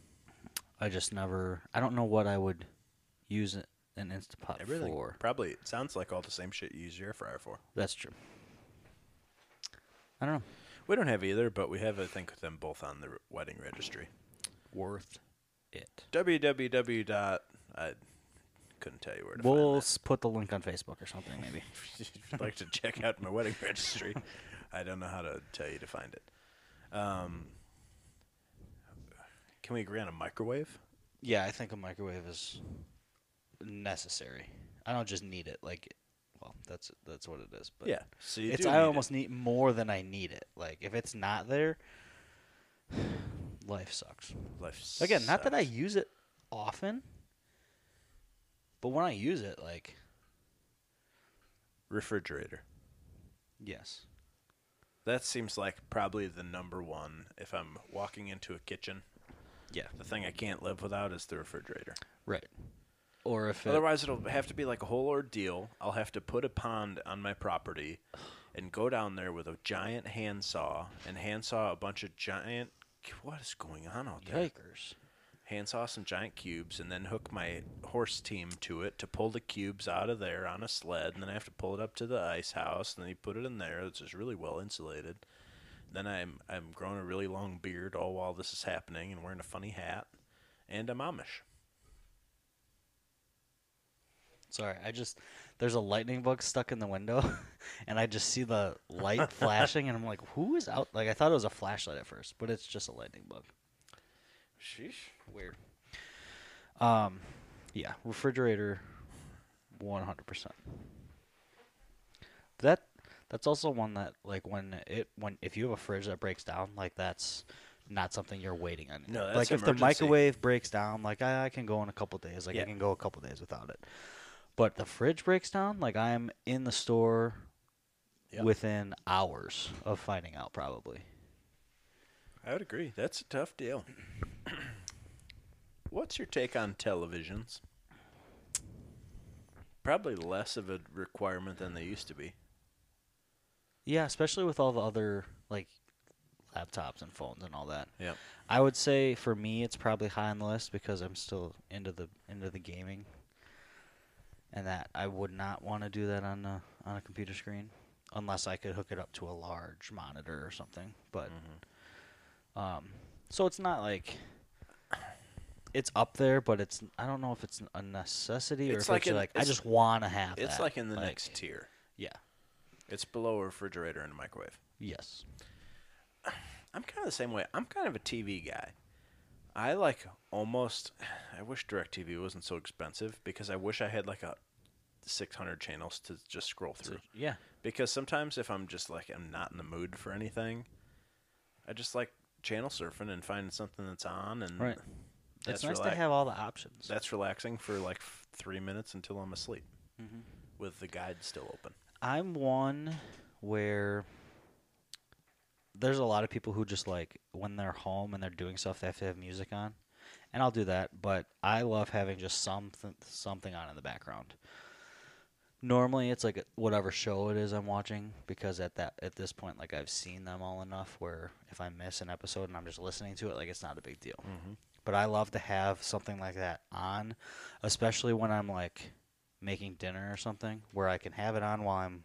[SPEAKER 2] I just never. I don't know what I would use a- an instant pot
[SPEAKER 1] Everything.
[SPEAKER 2] for.
[SPEAKER 1] Probably. It sounds like all the same shit you use your air fryer for.
[SPEAKER 2] That's true. I don't know.
[SPEAKER 1] We don't have either, but we have, I think, them both on the r- wedding registry.
[SPEAKER 2] Worth it.
[SPEAKER 1] www. dot I couldn't tell you where to
[SPEAKER 2] We'll
[SPEAKER 1] find
[SPEAKER 2] s- put the link on Facebook or something, maybe.
[SPEAKER 1] that. If you'd like to check out my wedding registry. I don't know how to tell you to find it. Um, can we agree on a microwave?
[SPEAKER 2] yeah, I think a microwave is necessary. I don't just need it. Like, well, that's that's what it is. But
[SPEAKER 1] yeah. So you
[SPEAKER 2] it's
[SPEAKER 1] do
[SPEAKER 2] I
[SPEAKER 1] need it.
[SPEAKER 2] almost need more than I need it. Like if it's not there, life sucks.
[SPEAKER 1] Life
[SPEAKER 2] Again, not that I
[SPEAKER 1] sucks.
[SPEAKER 2] use it often, but when I use it, like
[SPEAKER 1] refrigerator.
[SPEAKER 2] yes,
[SPEAKER 1] That seems like probably the number one. If I'm walking into a kitchen,
[SPEAKER 2] yeah,
[SPEAKER 1] the thing I can't live without is the refrigerator.
[SPEAKER 2] right. Or if it,
[SPEAKER 1] Otherwise, it'll have to be like a whole ordeal. I'll have to put a pond on my property and go down there with a giant handsaw and handsaw a bunch of giant. What is going on out there?
[SPEAKER 2] yikers,
[SPEAKER 1] Handsaw some giant cubes and then hook my horse team to it to pull the cubes out of there on a sled. And then I have to pull it up to the ice house and then you put it in there. It's just really well insulated. Then I'm I'm growing a really long beard all while this is happening and wearing a funny hat. And I'm Amish.
[SPEAKER 2] sorry, I just there's a lightning bug stuck in the window, and I just see the light flashing, and I'm like, who is out? Like I thought it was a flashlight at first, but it's just a lightning bug.
[SPEAKER 1] Sheesh.
[SPEAKER 2] Weird. Um, yeah, refrigerator, one hundred percent. That that's also one that like when it when if you have a fridge that breaks down, like that's not something you're waiting on.
[SPEAKER 1] No, that's
[SPEAKER 2] like if the
[SPEAKER 1] emergency.
[SPEAKER 2] microwave breaks down, like I, I can go in a couple days. Like
[SPEAKER 1] Yeah.
[SPEAKER 2] I can go a couple days without it. But the fridge breaks down, like I'm in the store
[SPEAKER 1] Yeah.
[SPEAKER 2] within hours of finding out probably.
[SPEAKER 1] I would agree. That's a tough deal. What's your take on televisions? Probably less of a requirement than they used to be.
[SPEAKER 2] Yeah, especially with all the other like laptops and phones and all that.
[SPEAKER 1] Yeah.
[SPEAKER 2] I would say for me it's probably high on the list because I'm still into the into the gaming. And that I would not want to do that on a on a computer screen unless I could hook it up to a large monitor or something. But
[SPEAKER 1] Mm-hmm.
[SPEAKER 2] um so it's not like it's up there, but it's I don't know if it's a necessity or
[SPEAKER 1] It's
[SPEAKER 2] if
[SPEAKER 1] like
[SPEAKER 2] it's
[SPEAKER 1] an-
[SPEAKER 2] like I
[SPEAKER 1] it's-
[SPEAKER 2] just want to have
[SPEAKER 1] It's
[SPEAKER 2] that.
[SPEAKER 1] like in the next tier.
[SPEAKER 2] Yeah.
[SPEAKER 1] It's below a refrigerator and a microwave.
[SPEAKER 2] Yes.
[SPEAKER 1] I'm kind of the same way. I'm kind of a TV guy. I like almost. I wish DirecTV wasn't so expensive because I wish I had like a 600 channels to just scroll through.
[SPEAKER 2] Yeah.
[SPEAKER 1] because sometimes if I'm just like I'm not in the mood for anything, I just like channel surfing and finding something that's on, and
[SPEAKER 2] Right.
[SPEAKER 1] that's
[SPEAKER 2] it's nice
[SPEAKER 1] relax-
[SPEAKER 2] to have all the options.
[SPEAKER 1] that's relaxing for like f- three minutes until I'm asleep, with the guide still open.
[SPEAKER 2] I'm one where there's a lot of people who just like when they're home and they're doing stuff, they have to have music on, and I'll do that. But I love having just something something on in the background. Normally, it's like whatever show it is I'm watching because at that at this point, like I've seen them all enough where if I miss an episode and I'm just listening to it, like it's not a big deal. But I love to have something like that on, especially when I'm like making dinner or something where I can have it on while I'm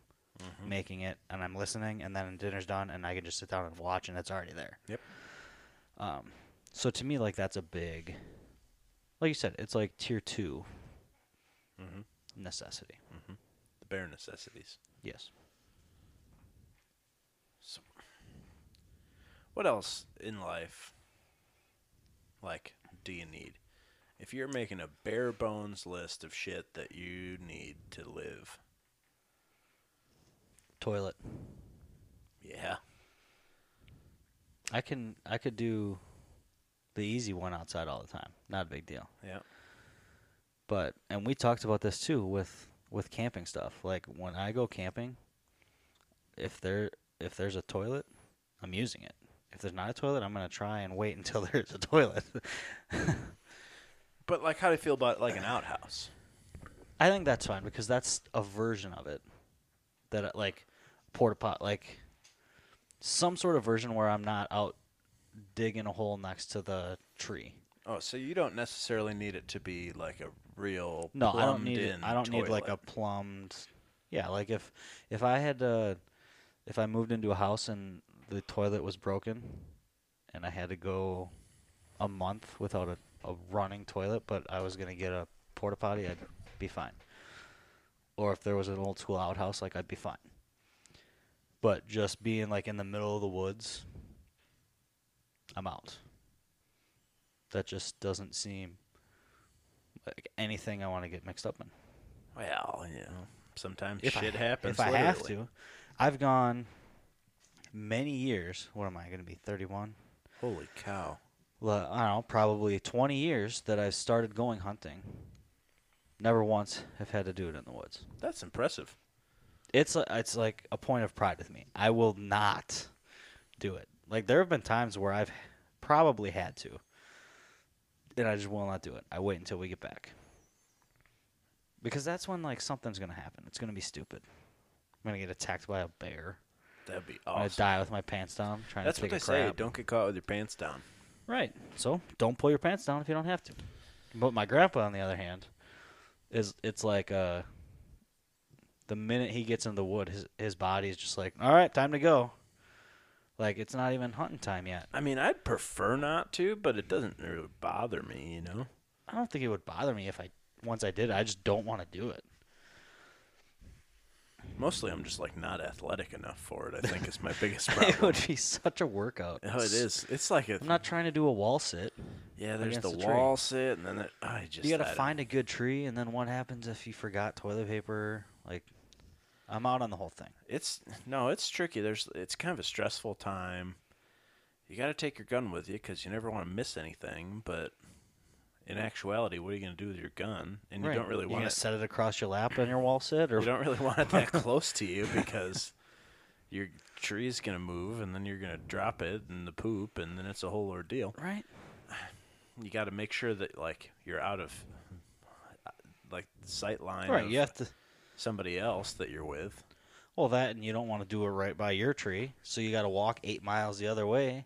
[SPEAKER 2] making it and I'm listening, and then dinner's done and I can just sit down and watch and it's already there.
[SPEAKER 1] Yep.
[SPEAKER 2] Um, so to me, like that's a big, like you said, it's like tier 2 Mm-hmm. necessity.
[SPEAKER 1] The bare necessities.
[SPEAKER 2] Yes.
[SPEAKER 1] So, what else in life, like, do you need? If you're making a bare bones list of shit that you need to live,
[SPEAKER 2] Toilet.
[SPEAKER 1] yeah,
[SPEAKER 2] I can I could do the easy one outside all the time. Not a big deal.
[SPEAKER 1] yeah,
[SPEAKER 2] but and we talked about this too with with camping stuff like when i go camping if there if there's a toilet i'm using it if there's not a toilet i'm going to try and wait until there's a toilet
[SPEAKER 1] but like, how do you feel about like an outhouse?
[SPEAKER 2] i think that's fine because that's a version of it that uh, like porta pot, like some sort of version where I'm not out digging a hole next to the tree.
[SPEAKER 1] Oh, so you don't necessarily need it to be like a real
[SPEAKER 2] No, I don't
[SPEAKER 1] plumbed
[SPEAKER 2] need. it-
[SPEAKER 1] in
[SPEAKER 2] I don't need like a
[SPEAKER 1] toilet.
[SPEAKER 2] plumbed. Yeah, like if if I had to, if I moved into a house and the toilet was broken, and I had to go a month without a, a running toilet, but I was gonna get a porta potty, I'd be fine. Or if there was an old school outhouse, like I'd be fine. But just being like in the middle of the woods, I'm out. That just doesn't seem like anything I want to get mixed up in.
[SPEAKER 1] Well, you know, sometimes
[SPEAKER 2] If I
[SPEAKER 1] shit
[SPEAKER 2] ha-
[SPEAKER 1] happens.
[SPEAKER 2] If I have
[SPEAKER 1] literally.
[SPEAKER 2] to, I've gone many years. What am I going to be? Thirty-one.
[SPEAKER 1] Holy cow!
[SPEAKER 2] Well, I don't know, probably 20 years that I've started going hunting. Never once have had to do it in the woods.
[SPEAKER 1] That's impressive.
[SPEAKER 2] It's a, it's like a point of pride with me. I will not do it. Like there have been times where I've probably had to, and I just will not do it. I wait until we get back because that's when like something's gonna happen. It's gonna be stupid. I'm gonna get attacked by a bear.
[SPEAKER 1] That'd be
[SPEAKER 2] I'm gonna
[SPEAKER 1] awesome.
[SPEAKER 2] die with my pants down trying
[SPEAKER 1] That's
[SPEAKER 2] to
[SPEAKER 1] what
[SPEAKER 2] take
[SPEAKER 1] they
[SPEAKER 2] a crap.
[SPEAKER 1] say. Don't get caught with your pants down.
[SPEAKER 2] Right. So don't pull your pants down if you don't have to. But my grandpa, on the other hand, is it's like uh, the minute he gets into the wood, his his body is just like, all right, time to go. Like it's not even hunting time yet.
[SPEAKER 1] I mean, I'd prefer not to, but it doesn't really bother me, you know.
[SPEAKER 2] I don't think it would bother me if I once I did. it. I just don't want to do it.
[SPEAKER 1] Mostly, I'm just like not athletic enough for it. I think is my biggest problem.
[SPEAKER 2] it would be such a workout.
[SPEAKER 1] Oh, it is. It's like a
[SPEAKER 2] I'm not trying to do a wall sit.
[SPEAKER 1] yeah. There's the,
[SPEAKER 2] against the tree.
[SPEAKER 1] wall sit, and then it, I just
[SPEAKER 2] you got
[SPEAKER 1] I
[SPEAKER 2] to
[SPEAKER 1] don't-
[SPEAKER 2] find a good tree, and then what happens if you forgot toilet paper? Like, I'm out on the whole thing.
[SPEAKER 1] It's no, it's tricky. There's it's kind of a stressful time. You got to take your gun with you because you never want to miss anything. But in actuality, what are you going to do with your gun? And you
[SPEAKER 2] Right.
[SPEAKER 1] don't really
[SPEAKER 2] You're
[SPEAKER 1] want
[SPEAKER 2] gonna
[SPEAKER 1] it.
[SPEAKER 2] set it across your lap on your wall sit, or
[SPEAKER 1] You don't really want it that close to you because your tree's going to move, and then you're going to drop it in the poop, and then it's a whole ordeal.
[SPEAKER 2] right?
[SPEAKER 1] You got to make sure that like you're out of like sight line
[SPEAKER 2] Right.
[SPEAKER 1] of
[SPEAKER 2] You have to.
[SPEAKER 1] somebody else that you're with.
[SPEAKER 2] Well, that and you don't want to do it right by your tree, so you got to walk eight miles the other way.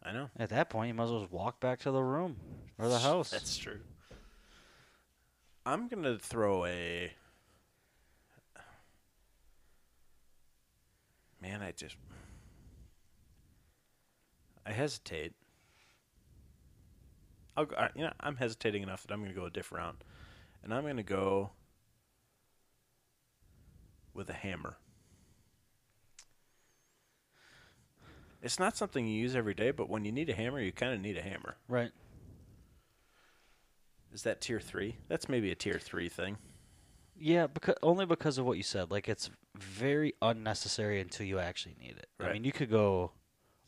[SPEAKER 1] I know
[SPEAKER 2] At that point, you might as well just walk back to the room or the house.
[SPEAKER 1] That's true. I'm gonna throw a. Man, I just. I hesitate. I'll go, I- you know I'm hesitating enough that I'm gonna go a different route, and I'm gonna go with a hammer. It's not something you use every day, but when you need a hammer, you kind of need a hammer.
[SPEAKER 2] right.
[SPEAKER 1] Is that tier three? That's maybe a tier three thing.
[SPEAKER 2] Yeah, because only because of what you said. Like it's very unnecessary until you actually need it. I
[SPEAKER 1] Right.
[SPEAKER 2] mean, you could go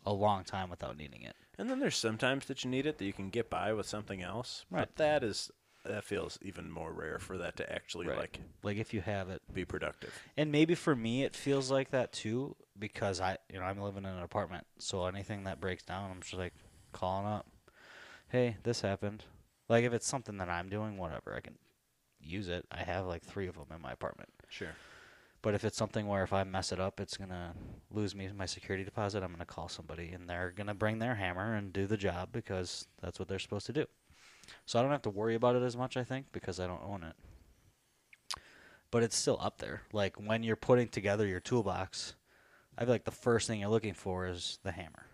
[SPEAKER 2] a long time without needing it.
[SPEAKER 1] And then there's sometimes that you need it that you can get by with something else.
[SPEAKER 2] Right.
[SPEAKER 1] But that is that feels even more rare for that to actually like
[SPEAKER 2] Like if you have it,
[SPEAKER 1] be productive.
[SPEAKER 2] and maybe for me it feels like that too because I you know I'm living in an apartment so anything that breaks down I'm just like calling up hey this happened like if it's something that I'm doing whatever I can use it I have like three of them in my apartment
[SPEAKER 1] Sure.
[SPEAKER 2] but if it's something where if I mess it up it's gonna lose me my security deposit I'm gonna call somebody and they're gonna bring their hammer and do the job because that's what they're supposed to do so I don't have to worry about it as much I think because I don't own it but it's still up there. Like when you're putting together your toolbox, I feel like the first thing you're looking for is the hammer.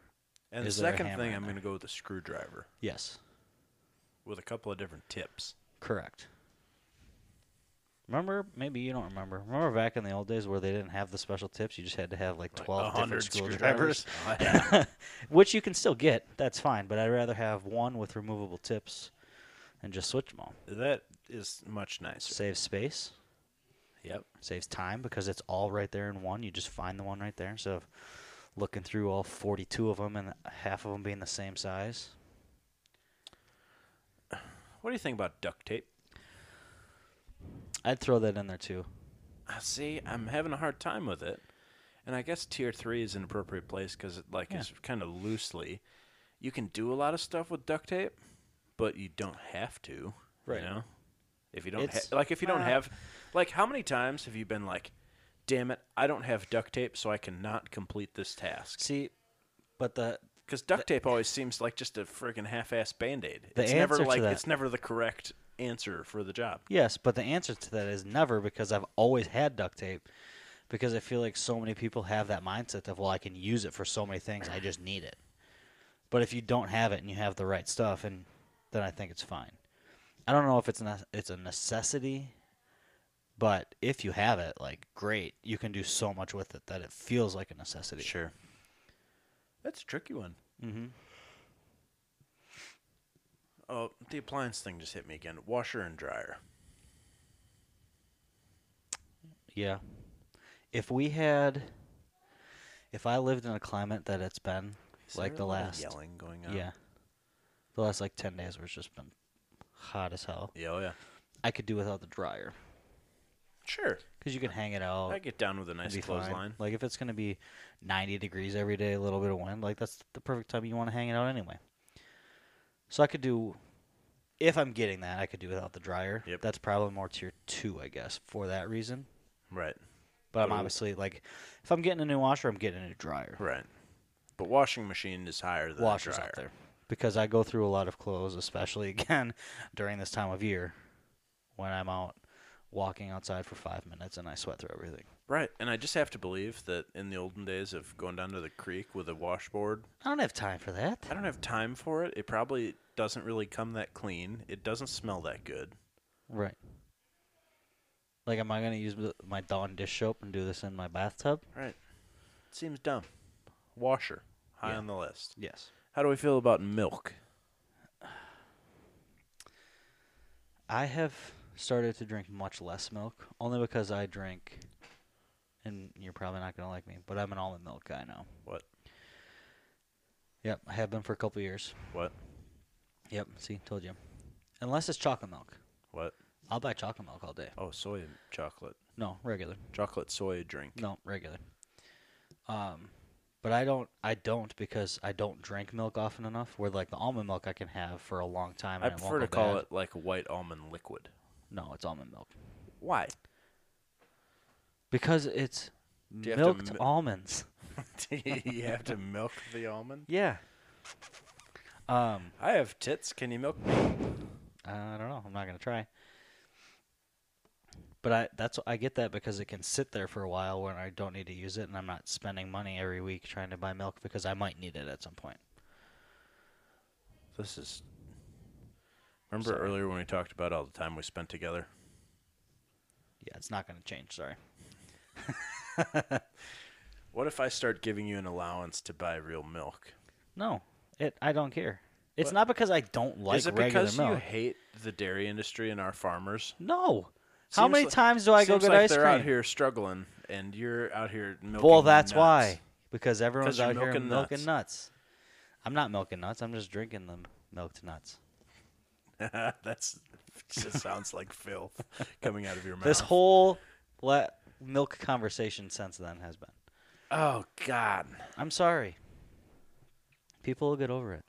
[SPEAKER 1] And
[SPEAKER 2] Is
[SPEAKER 1] the
[SPEAKER 2] there a
[SPEAKER 1] second
[SPEAKER 2] hammer
[SPEAKER 1] thing,
[SPEAKER 2] in
[SPEAKER 1] I'm
[SPEAKER 2] there?
[SPEAKER 1] going to go with a screwdriver
[SPEAKER 2] Yes,
[SPEAKER 1] with a couple of different tips.
[SPEAKER 2] correct. Remember, maybe you don't remember. Remember back in the old days where they didn't have the special tips, you just had to have like
[SPEAKER 1] Like
[SPEAKER 2] 12
[SPEAKER 1] 100
[SPEAKER 2] different screwdrivers,
[SPEAKER 1] Oh, yeah.
[SPEAKER 2] which you can still get. That's fine, but I'd rather have one with removable tips and just switch them all.
[SPEAKER 1] that is much nicer.
[SPEAKER 2] Saves space,
[SPEAKER 1] Yep.
[SPEAKER 2] saves time because it's all right there in one. You just find the one right there instead of looking through all 42 of them and half of them being the same size.
[SPEAKER 1] What do you think about duct tape?
[SPEAKER 2] I'd throw that in there too.
[SPEAKER 1] I see. I'm having a hard time with it, and I guess tier three is an appropriate place because it like
[SPEAKER 2] Yeah.
[SPEAKER 1] is kind of loosely. You can do a lot of stuff with duct tape, but you don't have to.
[SPEAKER 2] Right.
[SPEAKER 1] You know, if you don't
[SPEAKER 2] It's- uh,
[SPEAKER 1] ha- like, if you don't
[SPEAKER 2] well-
[SPEAKER 1] have, like, how many times have you been like, damn it, I don't have duct tape, so I cannot complete this task.
[SPEAKER 2] See, but the
[SPEAKER 1] Because duct tape always seems like just a friggin' half-assed band-aid.
[SPEAKER 2] The
[SPEAKER 1] it's never
[SPEAKER 2] answer to
[SPEAKER 1] like
[SPEAKER 2] that-
[SPEAKER 1] it's never the correct answer for the job.
[SPEAKER 2] yes, but the answer to that is never because I've always had duct tape because I feel like so many people have that mindset of well, I can use it for so many things, I just need it. But if you don't have it and you have the right stuff, and then I think it's fine. I don't know if it's ne- it's a necessity, but if you have it, like great, you can do so much with it that it feels like a necessity.
[SPEAKER 1] Sure. That's a tricky one.
[SPEAKER 2] Mhm.
[SPEAKER 1] Oh, the appliance thing just hit me again. Washer and dryer.
[SPEAKER 2] Yeah. If we had, if I lived in a climate that it's been
[SPEAKER 1] Is
[SPEAKER 2] like
[SPEAKER 1] there
[SPEAKER 2] the
[SPEAKER 1] a lot of
[SPEAKER 2] last,
[SPEAKER 1] yelling going on.
[SPEAKER 2] yeah, the last like ten days where it's just been hot as hell.
[SPEAKER 1] Yeah. Oh yeah.
[SPEAKER 2] I could do without the dryer
[SPEAKER 1] Sure.
[SPEAKER 2] because you can hang it out.
[SPEAKER 1] I get down with a
[SPEAKER 2] it'd
[SPEAKER 1] nice
[SPEAKER 2] be fine.
[SPEAKER 1] clothesline.
[SPEAKER 2] Like if it's gonna be ninety degrees every day, a little bit of wind, like that's the perfect time you want to hang it out anyway. So I could do, if I'm getting that, I could do without the dryer.
[SPEAKER 1] Yep.
[SPEAKER 2] That's probably more tier two, I guess, for that reason.
[SPEAKER 1] Right.
[SPEAKER 2] But I'm
[SPEAKER 1] But it-
[SPEAKER 2] obviously like, if I'm getting a new washer, I'm getting a new dryer.
[SPEAKER 1] Right. But washing machine is higher than a
[SPEAKER 2] washers
[SPEAKER 1] dryer.
[SPEAKER 2] out there because I go through a lot of clothes, especially again during this time of year when I'm out walking outside for five minutes and I sweat through everything.
[SPEAKER 1] Right. And I just have to believe that in the olden days of going down to the creek with a washboard,
[SPEAKER 2] I don't have time for that.
[SPEAKER 1] I don't have time for it. It probably doesn't really come that clean. It doesn't smell that good.
[SPEAKER 2] Right. Like, am I going to use the- my Dawn dish soap and do this in my bathtub?
[SPEAKER 1] Right. Seems dumb. Washer high on the list.
[SPEAKER 2] Yes.
[SPEAKER 1] How do we feel about milk?
[SPEAKER 2] I have started to drink much less milk only because I drink, and you're probably not going to like me, but I'm an almond milk guy now.
[SPEAKER 1] What?
[SPEAKER 2] Yep, I have been for a couple years.
[SPEAKER 1] What?
[SPEAKER 2] Yep, see, told you. Unless it's chocolate milk.
[SPEAKER 1] What?
[SPEAKER 2] I'll buy chocolate milk all day.
[SPEAKER 1] Oh, soy and chocolate.
[SPEAKER 2] No, regular.
[SPEAKER 1] Chocolate soy drink.
[SPEAKER 2] No, regular. Um, but I don't. I don't because I don't drink milk often enough. Where like the almond milk, I can have for a long time.
[SPEAKER 1] I
[SPEAKER 2] And
[SPEAKER 1] prefer to
[SPEAKER 2] it won't go
[SPEAKER 1] call
[SPEAKER 2] bad.
[SPEAKER 1] it like white almond liquid.
[SPEAKER 2] No, it's almond milk
[SPEAKER 1] Why?
[SPEAKER 2] because it's
[SPEAKER 1] you have to
[SPEAKER 2] milked
[SPEAKER 1] mi-
[SPEAKER 2] almonds.
[SPEAKER 1] Do you have to milk the almond?
[SPEAKER 2] Yeah. Um,
[SPEAKER 1] I have tits. Can you milk me?
[SPEAKER 2] I don't know. I'm not gonna try. But I that's I get that because it can sit there for a while when I don't need to use it, and I'm not spending money every week trying to buy milk because I might need it at some point.
[SPEAKER 1] This is. Remember
[SPEAKER 2] Sorry.
[SPEAKER 1] earlier when we talked about all the time we spent together?
[SPEAKER 2] Yeah, it's not gonna change. Sorry.
[SPEAKER 1] What if I start giving you an allowance to buy real milk?
[SPEAKER 2] No, it. I don't care. It's
[SPEAKER 1] What?
[SPEAKER 2] not because I don't like
[SPEAKER 1] is it
[SPEAKER 2] regular
[SPEAKER 1] because you
[SPEAKER 2] milk.
[SPEAKER 1] hate the dairy industry and our farmers?
[SPEAKER 2] no. How
[SPEAKER 1] Seems
[SPEAKER 2] many
[SPEAKER 1] li-
[SPEAKER 2] times do I go
[SPEAKER 1] seems
[SPEAKER 2] get
[SPEAKER 1] like
[SPEAKER 2] ice
[SPEAKER 1] they're
[SPEAKER 2] cream?
[SPEAKER 1] out here struggling, and you're out here milking
[SPEAKER 2] well, that's
[SPEAKER 1] nuts.
[SPEAKER 2] why. Because everyone's
[SPEAKER 1] 'Cause you're
[SPEAKER 2] out here
[SPEAKER 1] milking
[SPEAKER 2] milking
[SPEAKER 1] nuts.
[SPEAKER 2] nuts. I'm not milking nuts. I'm just drinking them milked nuts.
[SPEAKER 1] that's just sounds like filth coming out of your mouth.
[SPEAKER 2] This whole le- milk conversation since then has been.
[SPEAKER 1] oh god,
[SPEAKER 2] I'm sorry. People will get over it.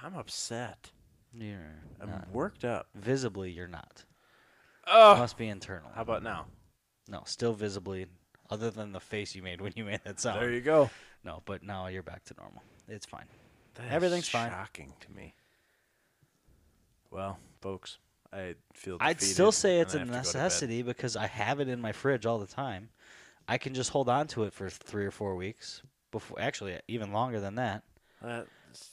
[SPEAKER 1] I'm upset.
[SPEAKER 2] You're
[SPEAKER 1] I'm
[SPEAKER 2] not.
[SPEAKER 1] worked up.
[SPEAKER 2] Visibly, you're not.
[SPEAKER 1] Oh,
[SPEAKER 2] Must be internal.
[SPEAKER 1] how about now?
[SPEAKER 2] No, still visibly, other than the face you made when you made that sound.
[SPEAKER 1] There you go.
[SPEAKER 2] No, but now you're back to normal. It's fine.
[SPEAKER 1] That is
[SPEAKER 2] Everything's fine.
[SPEAKER 1] Shocking to me. Well, folks, I feel.
[SPEAKER 2] I'd
[SPEAKER 1] defeated,
[SPEAKER 2] still say
[SPEAKER 1] and
[SPEAKER 2] it's
[SPEAKER 1] I
[SPEAKER 2] a
[SPEAKER 1] have to go to bed.
[SPEAKER 2] necessity because I have it in my fridge all the time. I can just hold on to it for three or four weeks before, actually, even longer than that.
[SPEAKER 1] That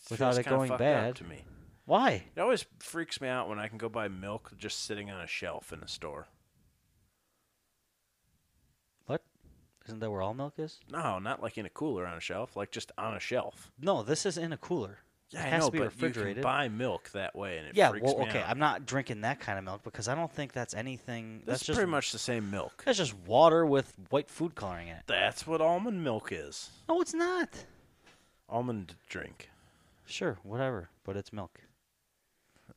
[SPEAKER 2] Without
[SPEAKER 1] feels
[SPEAKER 2] it
[SPEAKER 1] kinda
[SPEAKER 2] going
[SPEAKER 1] fucked up
[SPEAKER 2] bad.
[SPEAKER 1] to me.
[SPEAKER 2] Why?
[SPEAKER 1] It always freaks me out when I can go buy milk just sitting on a shelf in a store.
[SPEAKER 2] What? Isn't that where all milk is?
[SPEAKER 1] No, not like in a cooler on a shelf, like just on a shelf.
[SPEAKER 2] No, this is in a cooler.
[SPEAKER 1] Yeah,
[SPEAKER 2] it
[SPEAKER 1] I
[SPEAKER 2] has
[SPEAKER 1] know,
[SPEAKER 2] to be
[SPEAKER 1] but you
[SPEAKER 2] refrigerated.
[SPEAKER 1] can buy milk that way, and it
[SPEAKER 2] yeah,
[SPEAKER 1] freaks
[SPEAKER 2] well,
[SPEAKER 1] me
[SPEAKER 2] okay.
[SPEAKER 1] out.
[SPEAKER 2] I'm not drinking that kind of milk because I don't think that's anything.
[SPEAKER 1] that's
[SPEAKER 2] That's, just
[SPEAKER 1] pretty much the same milk.
[SPEAKER 2] that's just water with white food coloring in it.
[SPEAKER 1] That's what almond milk is.
[SPEAKER 2] No, it's not.
[SPEAKER 1] Almond drink.
[SPEAKER 2] Sure, whatever, but it's milk,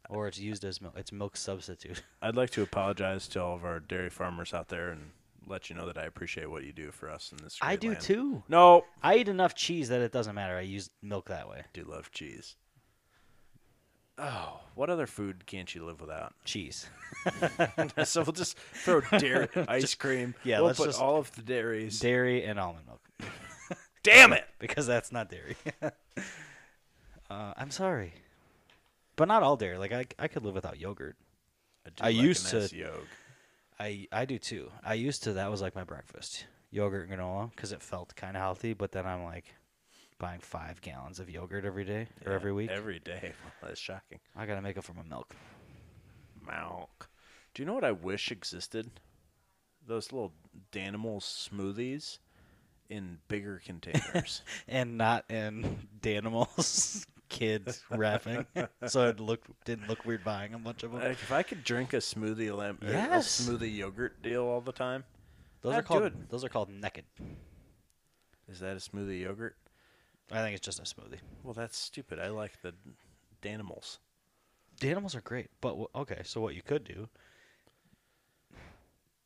[SPEAKER 2] or it's used as milk. It's milk substitute.
[SPEAKER 1] I'd like to apologize to all of our dairy farmers out there and let you know that I appreciate what you do for us in this.
[SPEAKER 2] I
[SPEAKER 1] great
[SPEAKER 2] do
[SPEAKER 1] land.
[SPEAKER 2] too.
[SPEAKER 1] No,
[SPEAKER 2] I eat enough cheese that it doesn't matter. I use milk that way.
[SPEAKER 1] do love cheese. oh, what other food can't you live without?
[SPEAKER 2] Cheese.
[SPEAKER 1] so we'll just throw dairy, ice cream.
[SPEAKER 2] yeah,
[SPEAKER 1] we'll
[SPEAKER 2] let's
[SPEAKER 1] put
[SPEAKER 2] just-
[SPEAKER 1] all of the dairies.
[SPEAKER 2] dairy and almond milk
[SPEAKER 1] Damn it!
[SPEAKER 2] because that's not dairy. uh, I'm sorry, but not all dairy. Like I, I could live without yogurt.
[SPEAKER 1] do
[SPEAKER 2] I used
[SPEAKER 1] a
[SPEAKER 2] to-
[SPEAKER 1] nice yolk.
[SPEAKER 2] I I do too. I used to that was like my breakfast, yogurt and granola, because it felt kind of healthy. But then I'm like buying five gallons of yogurt every day or
[SPEAKER 1] Yeah,
[SPEAKER 2] every week.
[SPEAKER 1] every day. That's shocking.
[SPEAKER 2] I gotta make up for my milk.
[SPEAKER 1] Milk. Do you know what I wish existed? Those little Danimal smoothies in bigger containers.
[SPEAKER 2] and not in Danimals kids wrapping, so it looked didn't look weird buying a bunch of them.
[SPEAKER 1] like if I could drink a smoothie lemon,
[SPEAKER 2] Yes.
[SPEAKER 1] a smoothie yogurt deal all the time.
[SPEAKER 2] Those are
[SPEAKER 1] I'd do
[SPEAKER 2] called
[SPEAKER 1] it.
[SPEAKER 2] those are called naked.
[SPEAKER 1] Is that a smoothie yogurt?
[SPEAKER 2] I think it's just a smoothie.
[SPEAKER 1] Well, that's stupid. I like the Danimals.
[SPEAKER 2] Danimals are great, but wh- okay. So what you could do,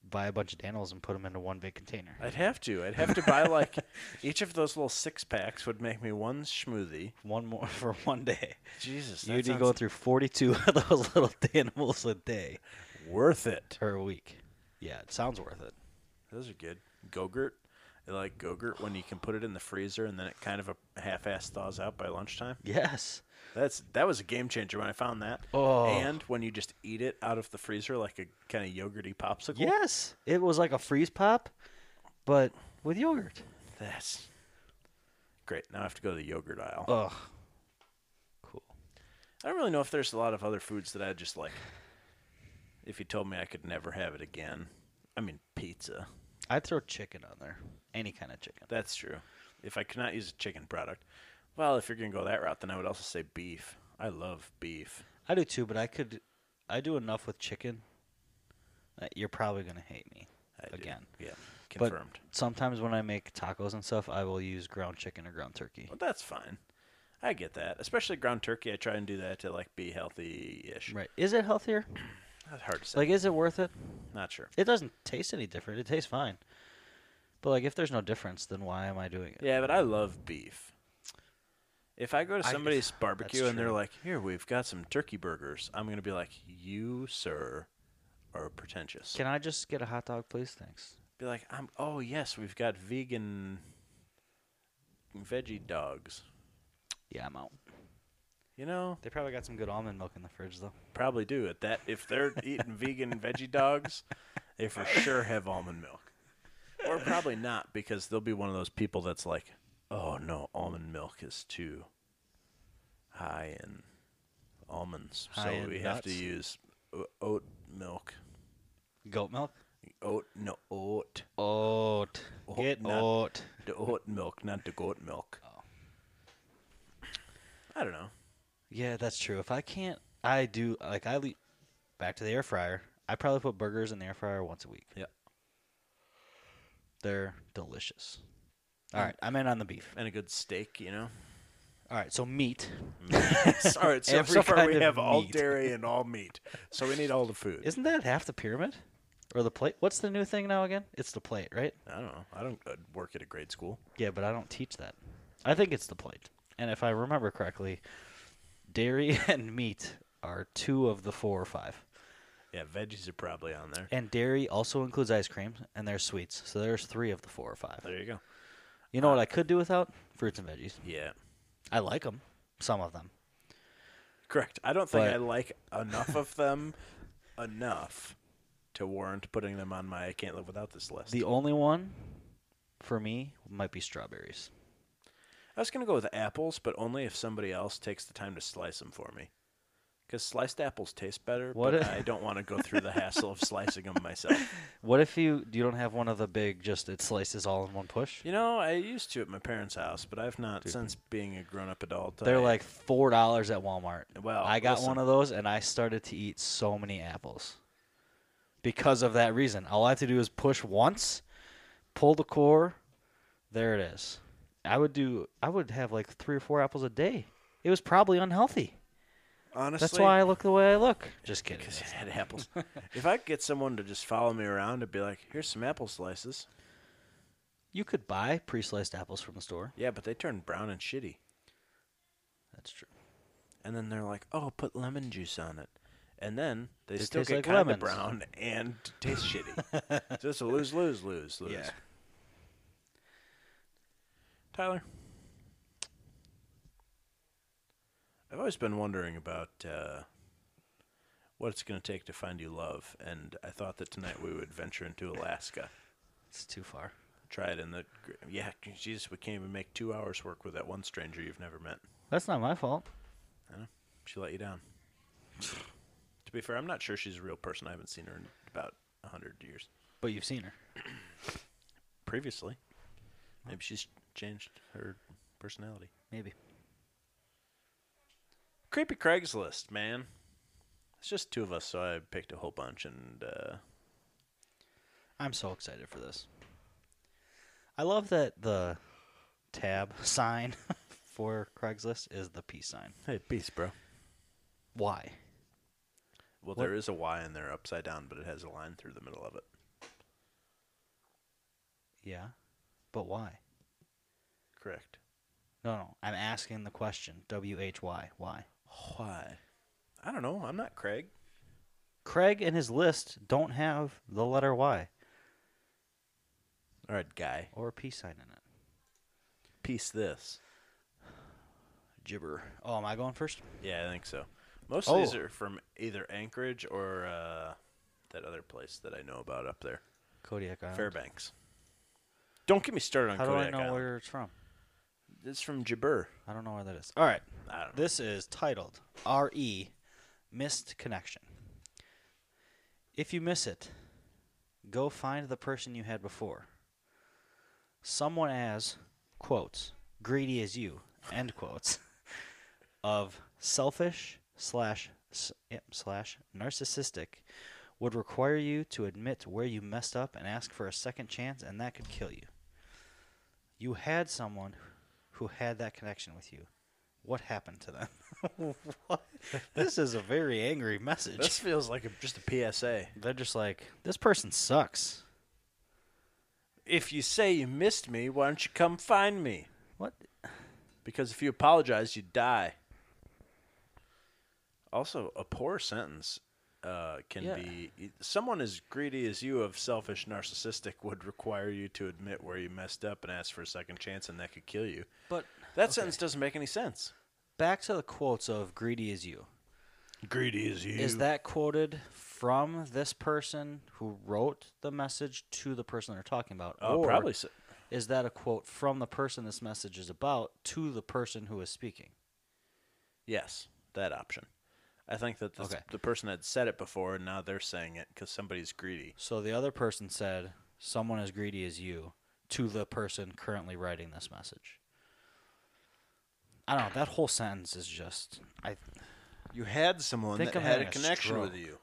[SPEAKER 2] buy a bunch of Danimals and put them into one big container.
[SPEAKER 1] I'd have to. I'd have to buy like each of those little six packs would make me one smoothie.
[SPEAKER 2] one more for one day.
[SPEAKER 1] Jesus, that
[SPEAKER 2] You'd be
[SPEAKER 1] sounds
[SPEAKER 2] going through forty-two of those little Danimals a day
[SPEAKER 1] worth it.
[SPEAKER 2] or a week. Yeah, it sounds worth it.
[SPEAKER 1] Those are good. Gogurt. I like Gogurt when you can put it in the freezer and then it kind of a half-ass thaws out by lunchtime.
[SPEAKER 2] Yes.
[SPEAKER 1] That's that was a game changer when I found that.
[SPEAKER 2] Oh.
[SPEAKER 1] And when you just eat it out of the freezer like a kind of yogurty popsicle.
[SPEAKER 2] Yes. It was like a freeze pop, but with yogurt.
[SPEAKER 1] That's great. Now I have to go to the yogurt aisle.
[SPEAKER 2] Ugh. Cool.
[SPEAKER 1] I don't really know if there's a lot of other foods that I just like. If you told me I could never have it again, I mean pizza.
[SPEAKER 2] I'd throw chicken on there. Any kind of chicken.
[SPEAKER 1] That's true. If I could not use a chicken product, well, if you're gonna go that route, then I would also say beef. I love beef.
[SPEAKER 2] I do too, but I could. I do enough with chicken. That you're probably gonna hate me
[SPEAKER 1] I do.
[SPEAKER 2] again.
[SPEAKER 1] Yeah, confirmed.
[SPEAKER 2] But sometimes when I make tacos and stuff, I will use ground chicken or ground turkey.
[SPEAKER 1] Well, that's fine. I get that. Especially ground turkey, I try and do that to like be healthy-ish.
[SPEAKER 2] Right? Is it healthier?
[SPEAKER 1] That's hard to say.
[SPEAKER 2] Like, is it worth it?
[SPEAKER 1] not sure.
[SPEAKER 2] It doesn't taste any different. It tastes fine. But like, if there's no difference, then why am I doing it?
[SPEAKER 1] Yeah, but I love beef. If I go to
[SPEAKER 2] I-
[SPEAKER 1] somebody's
[SPEAKER 2] that's
[SPEAKER 1] barbecue and they're
[SPEAKER 2] true.
[SPEAKER 1] like, "Here, we've got some turkey burgers," I'm gonna be like, "You, sir, are pretentious."
[SPEAKER 2] Can I just get a hot dog, please? Thanks.
[SPEAKER 1] be like, "I'm oh yes, we've got vegan veggie dogs."
[SPEAKER 2] Yeah, I'm out.
[SPEAKER 1] You know,
[SPEAKER 2] They probably got some good almond milk in the fridge though.
[SPEAKER 1] probably do at that if they're eating vegan veggie dogs, they for sure have almond milk. Or probably not because they'll be one of those people that's like, "Oh no, almond milk is too high in almonds, so
[SPEAKER 2] High in
[SPEAKER 1] we have to
[SPEAKER 2] nuts?
[SPEAKER 1] use o- oat milk."
[SPEAKER 2] Goat milk.
[SPEAKER 1] Oat no oat.
[SPEAKER 2] Oat. Get
[SPEAKER 1] not-
[SPEAKER 2] oat.
[SPEAKER 1] The oat milk, not the goat milk.
[SPEAKER 2] Oh.
[SPEAKER 1] I don't know.
[SPEAKER 2] Yeah, that's true. If I can't, I do like I le- back to the air fryer. I probably put burgers in the air fryer once a week.
[SPEAKER 1] Yeah.
[SPEAKER 2] They're delicious. All right, I'm in on the beef.
[SPEAKER 1] And a good steak, you know.
[SPEAKER 2] All right, so meat.
[SPEAKER 1] all right, so,
[SPEAKER 2] Every
[SPEAKER 1] so far we
[SPEAKER 2] kind of
[SPEAKER 1] have all
[SPEAKER 2] meat.
[SPEAKER 1] dairy and all meat. So we need all the food.
[SPEAKER 2] Isn't that half the pyramid? Or the plate? What's the new thing now again? It's the plate, right?
[SPEAKER 1] I don't know. I don't uh, work at a grade school.
[SPEAKER 2] Yeah, but I don't teach that. I think it's the plate. And if I remember correctly, dairy and meat are two of the four or five.
[SPEAKER 1] Yeah, veggies are probably on there.
[SPEAKER 2] And dairy also includes ice cream and there's sweets. So there's three of the four or five.
[SPEAKER 1] There you go.
[SPEAKER 2] You know what I could do without? Fruits and veggies.
[SPEAKER 1] Yeah,
[SPEAKER 2] I like them, some of them.
[SPEAKER 1] correct. I don't think
[SPEAKER 2] But-
[SPEAKER 1] I like enough of them enough to warrant putting them on my I can't live without this list.
[SPEAKER 2] The only one for me might be strawberries.
[SPEAKER 1] I was gonna go with apples, but only if somebody else takes the time to slice them for me. Because sliced apples taste better,
[SPEAKER 2] What
[SPEAKER 1] but
[SPEAKER 2] if-
[SPEAKER 1] I don't want to go through the hassle of slicing them myself.
[SPEAKER 2] What if you you don't have one of the big just it slices all in one push?
[SPEAKER 1] You know, I used to at my parents' house, but I've not since being a grown-up adult.
[SPEAKER 2] They're
[SPEAKER 1] I-
[SPEAKER 2] like four dollars at Walmart.
[SPEAKER 1] Well,
[SPEAKER 2] I got
[SPEAKER 1] listen.
[SPEAKER 2] one of those and I started to eat so many apples because of that reason. All I have to do is push once, pull the core, there it is. I would do. I would have like three or four apples a day. It was probably unhealthy.
[SPEAKER 1] honestly.
[SPEAKER 2] That's why I look the way I look. Just kidding.
[SPEAKER 1] Because I had apples. if I could get someone to just follow me around and be like, here's some apple slices.
[SPEAKER 2] You could buy pre-sliced apples from the store.
[SPEAKER 1] Yeah, but they turn brown and shitty.
[SPEAKER 2] That's true.
[SPEAKER 1] and then they're like, "Oh, put lemon juice on it," and then they
[SPEAKER 2] It
[SPEAKER 1] still
[SPEAKER 2] tastes
[SPEAKER 1] get
[SPEAKER 2] like
[SPEAKER 1] kind
[SPEAKER 2] lemons.
[SPEAKER 1] of brown and tastes shitty. So it's a lose, lose, lose, lose.
[SPEAKER 2] Yeah.
[SPEAKER 1] Tyler, I've always been wondering about uh, what it's going to take to find you love, and I thought that tonight we would venture into Alaska.
[SPEAKER 2] It's too far.
[SPEAKER 1] Try it in the gr- yeah, Jesus, we can't even make two hours work with that one stranger you've never met.
[SPEAKER 2] That's not my fault.
[SPEAKER 1] I know. She let you down. to be fair, I'm not sure she's a real person. I haven't seen her in about a 100 years.
[SPEAKER 2] But you've seen her.
[SPEAKER 1] Previously. Maybe she's changed her personality.
[SPEAKER 2] Maybe.
[SPEAKER 1] Creepy Craigslist, man. It's just two of us, so I picked a whole bunch, and uh,
[SPEAKER 2] I'm so excited for this. I love that the tab sign for Craigslist is the peace sign.
[SPEAKER 1] hey, peace, bro.
[SPEAKER 2] Why?
[SPEAKER 1] Well,
[SPEAKER 2] What-
[SPEAKER 1] there is a Y in there upside down, but it has a line through the middle of it.
[SPEAKER 2] Yeah. But why?
[SPEAKER 1] Correct.
[SPEAKER 2] No, no. I'm asking the question. W H Y. Why?
[SPEAKER 1] Why? I don't know. I'm not Craig.
[SPEAKER 2] Craig and his list don't have the letter Y
[SPEAKER 1] All right, guy.
[SPEAKER 2] or a peace sign in it.
[SPEAKER 1] Peace this.
[SPEAKER 2] Gibber. Oh, am I going first?
[SPEAKER 1] Yeah, I think so. Most of these
[SPEAKER 2] Oh.
[SPEAKER 1] are from either Anchorage or uh, that other place that I know about up there,
[SPEAKER 2] Kodiak Island.
[SPEAKER 1] Fairbanks. Don't get me started on
[SPEAKER 2] How do
[SPEAKER 1] Kodiak
[SPEAKER 2] I know
[SPEAKER 1] Island.
[SPEAKER 2] where it's from?
[SPEAKER 1] It's from Jabir.
[SPEAKER 2] I don't know where that is. All right.
[SPEAKER 1] I don't know.
[SPEAKER 2] This is titled RE Missed Connection. If you miss it, go find the person you had before. Someone as, quotes, greedy as you, end quotes, of selfish slash, s- yep, slash narcissistic would require you to admit where you messed up and ask for a second chance, and that could kill you. You had someone who had that connection with you. What happened to them? what? This is a very angry message.
[SPEAKER 1] This feels like a, just a PSA.
[SPEAKER 2] They're just like, this person sucks.
[SPEAKER 1] If you say you missed me, why don't you come find me?
[SPEAKER 2] What?
[SPEAKER 1] Because if you apologize, you die. Also, a poor sentence uh, can
[SPEAKER 2] Yeah.
[SPEAKER 1] be someone as greedy as you of selfish narcissistic would require you to admit where you messed up and ask for a second chance, and that could kill you.
[SPEAKER 2] But
[SPEAKER 1] That sentence doesn't make any sense.
[SPEAKER 2] back to the quotes of greedy as you.
[SPEAKER 1] Greedy as you.
[SPEAKER 2] Is that quoted from this person who wrote the message to the person they're talking about?
[SPEAKER 1] Oh,
[SPEAKER 2] or
[SPEAKER 1] probably. So.
[SPEAKER 2] Is that a quote from the person this message is about to the person who is speaking?
[SPEAKER 1] Yes, that option. I think that the,
[SPEAKER 2] Okay.
[SPEAKER 1] the person had said it before, and now they're saying it because somebody's greedy.
[SPEAKER 2] So the other person said, someone as greedy as you to the person currently writing this message. I don't know. That whole sentence is just. I
[SPEAKER 1] You had someone
[SPEAKER 2] Think
[SPEAKER 1] that
[SPEAKER 2] I'm
[SPEAKER 1] had a
[SPEAKER 2] having a
[SPEAKER 1] connection with
[SPEAKER 2] stroke.
[SPEAKER 1] you.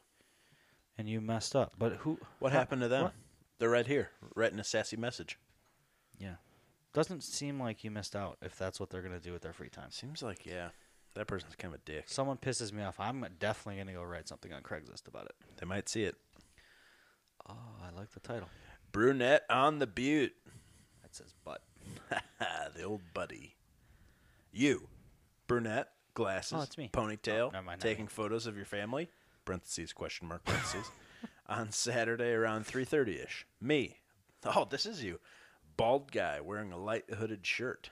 [SPEAKER 2] and you messed up. But who?
[SPEAKER 1] What happened to them?
[SPEAKER 2] what?
[SPEAKER 1] They're right here, writing a sassy message.
[SPEAKER 2] Yeah. Doesn't seem like you missed out if that's what they're going to do with their free time.
[SPEAKER 1] Seems like yeah, that person's kind of a dick.
[SPEAKER 2] Someone pisses me off. I'm definitely going to go write something on Craigslist about it.
[SPEAKER 1] They might see it.
[SPEAKER 2] Oh, I like the title.
[SPEAKER 1] Brunette on the butte.
[SPEAKER 2] That says butt.
[SPEAKER 1] the old buddy. You, brunette, glasses,
[SPEAKER 2] Oh, it's me.
[SPEAKER 1] ponytail,
[SPEAKER 2] Oh, never mind, not
[SPEAKER 1] taking photos of your family. Parentheses question mark parentheses. on Saturday around three thirty ish. Me. Oh, this is you. Bald guy wearing a light hooded shirt.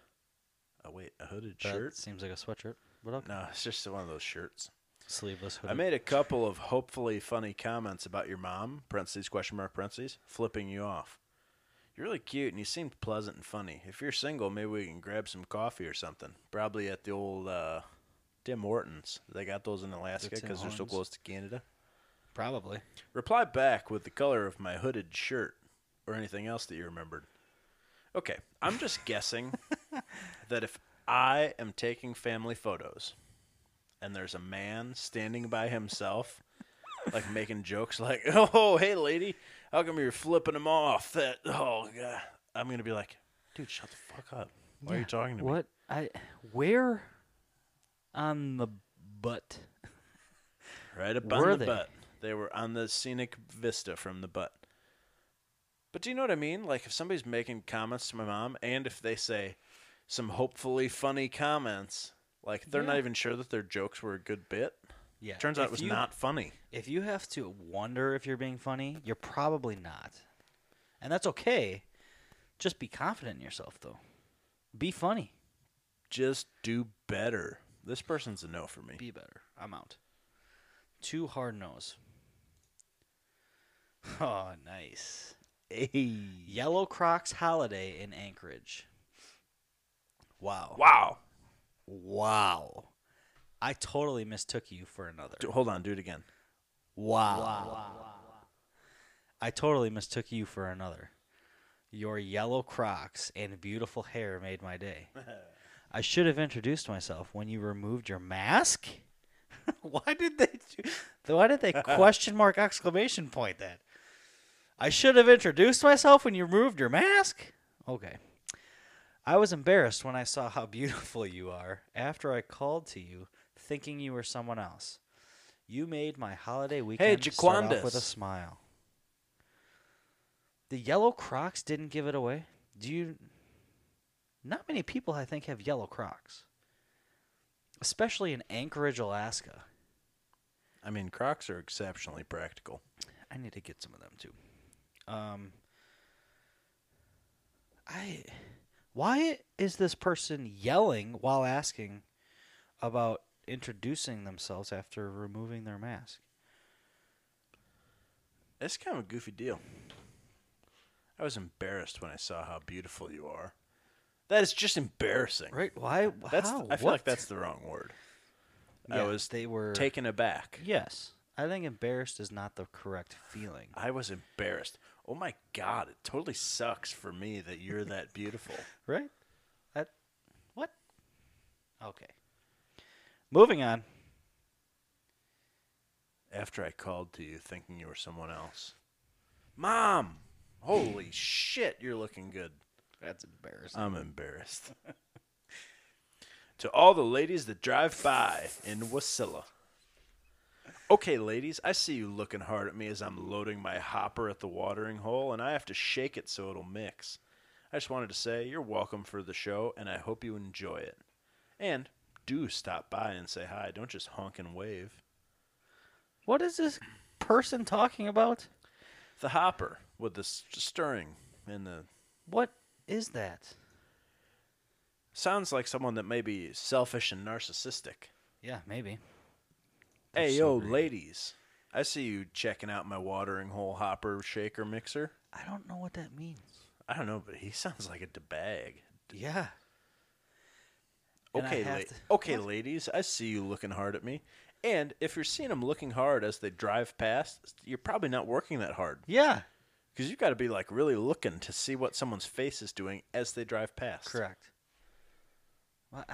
[SPEAKER 1] Oh wait, a hooded
[SPEAKER 2] That
[SPEAKER 1] shirt?
[SPEAKER 2] seems like a sweatshirt. But okay.
[SPEAKER 1] No, it's just one of those shirts.
[SPEAKER 2] Sleeveless hoodie.
[SPEAKER 1] I made a couple of hopefully funny comments about your mom, parentheses, question mark, parentheses, flipping you off. You're really cute and you seemed pleasant and funny. If you're single, maybe we can grab some coffee or something. Probably at the old uh, Tim Hortons. They got those in Alaska
[SPEAKER 2] The Tim
[SPEAKER 1] because they're so
[SPEAKER 2] Hortons.
[SPEAKER 1] close to Canada.
[SPEAKER 2] Probably.
[SPEAKER 1] Reply back with the color of my hooded shirt or anything else that you remembered. Okay, I'm just guessing that if I am taking family photos and there's a man standing by himself, like making jokes like, oh, hey, lady, how come you're flipping him off? That, oh, God. I'm going to be like, dude, shut the fuck up. Why are you
[SPEAKER 2] Yeah,
[SPEAKER 1] talking to me?
[SPEAKER 2] What? I. Where? On the butt.
[SPEAKER 1] Right up on
[SPEAKER 2] Were
[SPEAKER 1] the
[SPEAKER 2] they?
[SPEAKER 1] butt. They were on the scenic vista from the butt. But do you know what I mean? Like if somebody's making comments to my mom and if they say some hopefully funny comments, Like they're not
[SPEAKER 2] Yeah.
[SPEAKER 1] even sure that their jokes were a good bit.
[SPEAKER 2] Yeah.
[SPEAKER 1] Turns out
[SPEAKER 2] If
[SPEAKER 1] it was
[SPEAKER 2] you-
[SPEAKER 1] not funny.
[SPEAKER 2] If you have to wonder if you're being funny, you're probably not. And that's okay. Just be confident in yourself, though. Be funny.
[SPEAKER 1] Just do better. This person's a no for me.
[SPEAKER 2] Be better. I'm out. Two hard nose. Oh, nice.
[SPEAKER 1] Hey.
[SPEAKER 2] Yellow Crocs holiday in Anchorage. Wow.
[SPEAKER 1] Wow.
[SPEAKER 2] Wow. I totally mistook you for another.
[SPEAKER 1] Do, hold on, do it again.
[SPEAKER 2] Wow. I totally mistook you for another. Your yellow crocs and beautiful hair made my day. I should have introduced myself when you removed your mask. why did they do, why did they question mark exclamation point that? I should have introduced myself when you removed your mask? Okay. I was embarrassed when I saw how beautiful you are after I called to you thinking you were someone else. You made my holiday weekend start off with a
[SPEAKER 1] Jaquandus.
[SPEAKER 2] smile. The yellow Crocs didn't give it away. Do you? Not many people, I think, have yellow Crocs, especially in Anchorage, Alaska.
[SPEAKER 1] I mean, Crocs are exceptionally practical.
[SPEAKER 2] I need to get some of them too. Um, I. Why is this person yelling while asking about introducing themselves after removing their mask?
[SPEAKER 1] That's kind of a goofy deal. I was embarrassed when I saw how beautiful you are. That is just embarrassing.
[SPEAKER 2] Right? Why?
[SPEAKER 1] That's
[SPEAKER 2] how?
[SPEAKER 1] I feel like
[SPEAKER 2] What?
[SPEAKER 1] that's the wrong word. I
[SPEAKER 2] Yeah,
[SPEAKER 1] was
[SPEAKER 2] They were
[SPEAKER 1] taken aback.
[SPEAKER 2] Yes. I think embarrassed is not the correct feeling.
[SPEAKER 1] I was embarrassed. Oh my god, it totally sucks for me that you're that beautiful.
[SPEAKER 2] Right? That what? Okay. Moving on.
[SPEAKER 1] After I called to you thinking you were someone else. Mom, holy shit, you're looking good.
[SPEAKER 2] That's embarrassing.
[SPEAKER 1] I'm embarrassed. to all the ladies that drive by in Wasilla. Okay, ladies, I see you looking hard at me as I'm loading my hopper at the watering hole, and I have to shake it so it'll mix. I just wanted to say you're welcome for the show, and I hope you enjoy it. And do stop by and say hi. Don't just honk and wave.
[SPEAKER 2] What is this person talking about?
[SPEAKER 1] The hopper with the s- stirring and the
[SPEAKER 2] What is that?
[SPEAKER 1] sounds like someone that may be selfish and narcissistic.
[SPEAKER 2] Yeah, maybe. That's
[SPEAKER 1] Hey,
[SPEAKER 2] so
[SPEAKER 1] yo,
[SPEAKER 2] great.
[SPEAKER 1] ladies. I see you checking out my watering hole hopper shaker mixer.
[SPEAKER 2] I don't know what that means.
[SPEAKER 1] I don't know, but he sounds like a d- bag.
[SPEAKER 2] Yeah. And I
[SPEAKER 1] Okay,
[SPEAKER 2] have
[SPEAKER 1] la-
[SPEAKER 2] to-
[SPEAKER 1] okay, ladies. I see you looking hard at me. And if you're seeing them looking hard as they drive past, you're probably not working that hard
[SPEAKER 2] Yeah.
[SPEAKER 1] because you've got to be like really looking to see what someone's face is doing as they drive past.
[SPEAKER 2] Correct. What?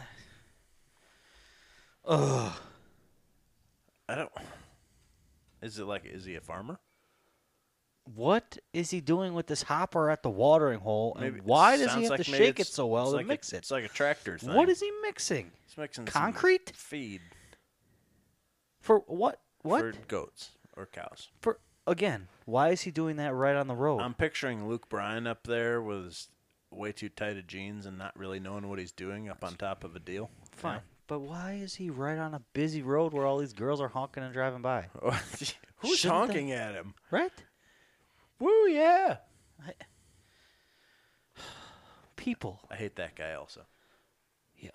[SPEAKER 2] Ugh.
[SPEAKER 1] I don't. Is it like? Is he a farmer?
[SPEAKER 2] What is he doing with this hopper at the watering hole? And
[SPEAKER 1] it
[SPEAKER 2] Um, why does he
[SPEAKER 1] sounds
[SPEAKER 2] have
[SPEAKER 1] like
[SPEAKER 2] to
[SPEAKER 1] maybe
[SPEAKER 2] shake it
[SPEAKER 1] it's-
[SPEAKER 2] so well
[SPEAKER 1] it's
[SPEAKER 2] to
[SPEAKER 1] like a-
[SPEAKER 2] mix it?
[SPEAKER 1] It's like a tractor thing.
[SPEAKER 2] What is he mixing?
[SPEAKER 1] It's mixing some
[SPEAKER 2] Concrete?
[SPEAKER 1] feed.
[SPEAKER 2] For what? What?
[SPEAKER 1] for
[SPEAKER 2] For,
[SPEAKER 1] goats or cows.
[SPEAKER 2] again, why is he doing that right on the road?
[SPEAKER 1] I'm picturing Luke Bryan up there with his way too tight of jeans and not really knowing what he's doing up on top of a deal.
[SPEAKER 2] Fine. But why is he right on a busy road where all these girls are honking and driving by?
[SPEAKER 1] Oh, Who's
[SPEAKER 2] Shouldn't they-
[SPEAKER 1] honking at him?
[SPEAKER 2] Right?
[SPEAKER 1] Woo, yeah.
[SPEAKER 2] People.
[SPEAKER 1] I hate that guy also.
[SPEAKER 2] Yeah.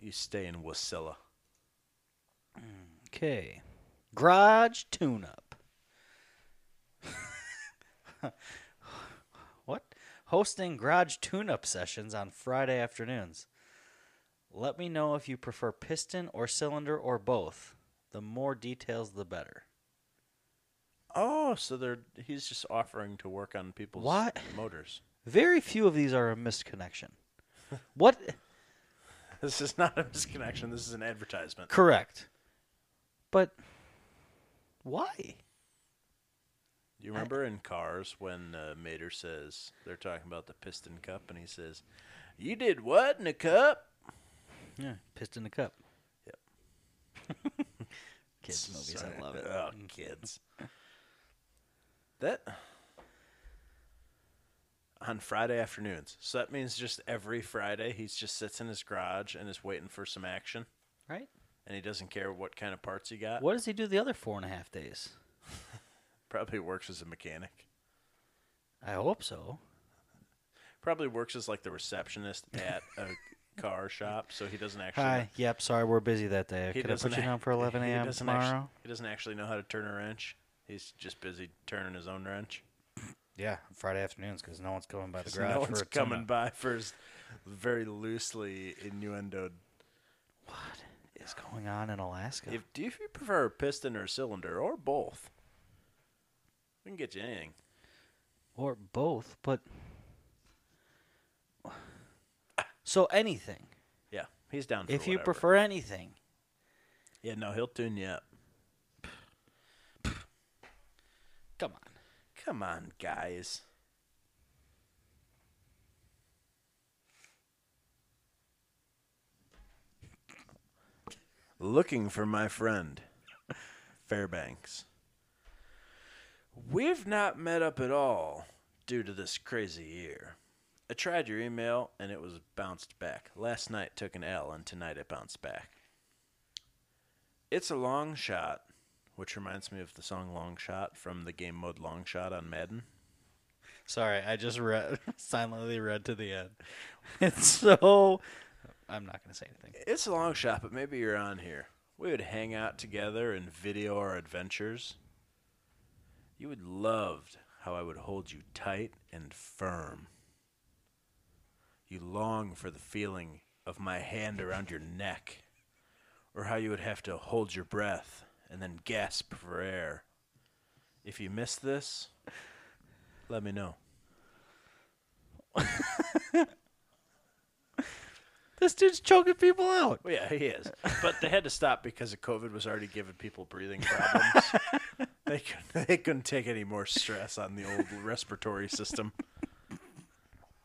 [SPEAKER 1] You stay in Wasilla.
[SPEAKER 2] Okay. Garage tune up. what? Hosting garage tune up sessions on Friday afternoons. Let me know if you prefer piston or cylinder or both. The more details, the better.
[SPEAKER 1] Oh, so they're he's just offering to work on people's
[SPEAKER 2] What?
[SPEAKER 1] motors.
[SPEAKER 2] Very few of these are a misconnection. What?
[SPEAKER 1] This is not a misconnection. This is an advertisement.
[SPEAKER 2] Correct. But why?
[SPEAKER 1] Do you remember in Cars when uh, Mater says they're talking about the piston cup and he says, "You did what in a cup?"
[SPEAKER 2] Yeah, pissed in the cup.
[SPEAKER 1] Yep.
[SPEAKER 2] Kids movies,
[SPEAKER 1] Sorry.
[SPEAKER 2] I love it.
[SPEAKER 1] Oh, kids. That on Friday afternoons. So that means just every Friday he just sits in his garage and is waiting for some action,
[SPEAKER 2] Right?
[SPEAKER 1] and he doesn't care what kind of parts he got.
[SPEAKER 2] Uh, What does he do the other four and a half days?
[SPEAKER 1] Probably works as a mechanic.
[SPEAKER 2] I hope so.
[SPEAKER 1] Probably works as like the receptionist at a car shop, so he doesn't actually.
[SPEAKER 2] Hi. Yep. Sorry, we're busy that day.
[SPEAKER 1] He
[SPEAKER 2] Could I put
[SPEAKER 1] doesn't
[SPEAKER 2] you
[SPEAKER 1] ac-
[SPEAKER 2] down for 11
[SPEAKER 1] he
[SPEAKER 2] a.m.
[SPEAKER 1] doesn't actu-
[SPEAKER 2] tomorrow?
[SPEAKER 1] he doesn't actually know how to turn a wrench. He's just busy turning his own wrench.
[SPEAKER 2] Yeah, Friday afternoons because no one's coming by the
[SPEAKER 1] 'Cause
[SPEAKER 2] garage
[SPEAKER 1] no
[SPEAKER 2] for
[SPEAKER 1] one's
[SPEAKER 2] a tune-up.
[SPEAKER 1] coming by for his very loosely innuendoed.
[SPEAKER 2] What is going on in Alaska?
[SPEAKER 1] If do you, if you prefer a piston or a cylinder or both, we can get you anything.
[SPEAKER 2] or both, but so anything.
[SPEAKER 1] Yeah, he's down. For
[SPEAKER 2] If you
[SPEAKER 1] whatever.
[SPEAKER 2] prefer anything,
[SPEAKER 1] yeah, no, he'll tune you up.
[SPEAKER 2] come on.
[SPEAKER 1] Come on, guys. Looking for my friend, Fairbanks. We've not met up at all due to this crazy year. I tried your email and it was bounced back. Last night took an L and tonight it bounced back. It's a long shot, which reminds me of the song Long Shot from the game mode Long Shot on Madden.
[SPEAKER 2] Sorry, I just read silently read to the end. It's so I'm not gonna say anything.
[SPEAKER 1] It's a long shot, but maybe you're on here. We would hang out together and video our adventures. You would loved how I would hold you tight and firm. You long for the feeling of my hand around your neck, or how you would have to hold your breath and then gasp for air. If you miss this, let me know.
[SPEAKER 2] This dude's choking people out.
[SPEAKER 1] Well, yeah, he is. But they had to stop because of COVID was already giving people breathing problems. they, couldn't, they couldn't take any more stress on the old respiratory system.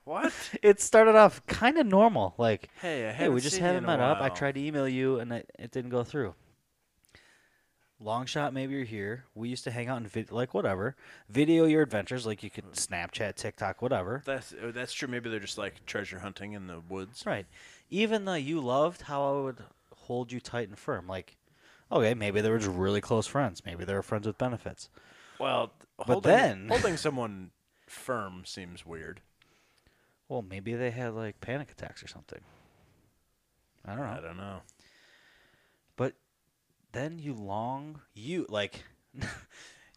[SPEAKER 1] What?
[SPEAKER 2] It started off kind of normal, like
[SPEAKER 1] Hey, I
[SPEAKER 2] hey, we
[SPEAKER 1] haven't
[SPEAKER 2] just
[SPEAKER 1] seen you
[SPEAKER 2] haven't
[SPEAKER 1] in a
[SPEAKER 2] met up. I
[SPEAKER 1] while.
[SPEAKER 2] tried to email you and it, it didn't go through. Long shot, maybe you're here. We used to hang out and vid- like whatever, video your adventures, like you could Snapchat, TikTok, whatever.
[SPEAKER 1] That's oh, that's true. Maybe they're just like treasure hunting in the woods.
[SPEAKER 2] That's right. Even though you loved how I would hold you tight and firm, like, okay, maybe they were just really close friends. Maybe they were friends with benefits.
[SPEAKER 1] Well, holding,
[SPEAKER 2] then-
[SPEAKER 1] holding someone firm seems weird.
[SPEAKER 2] Well, maybe they had like panic attacks or something. I don't know.
[SPEAKER 1] I don't know.
[SPEAKER 2] But then you long you like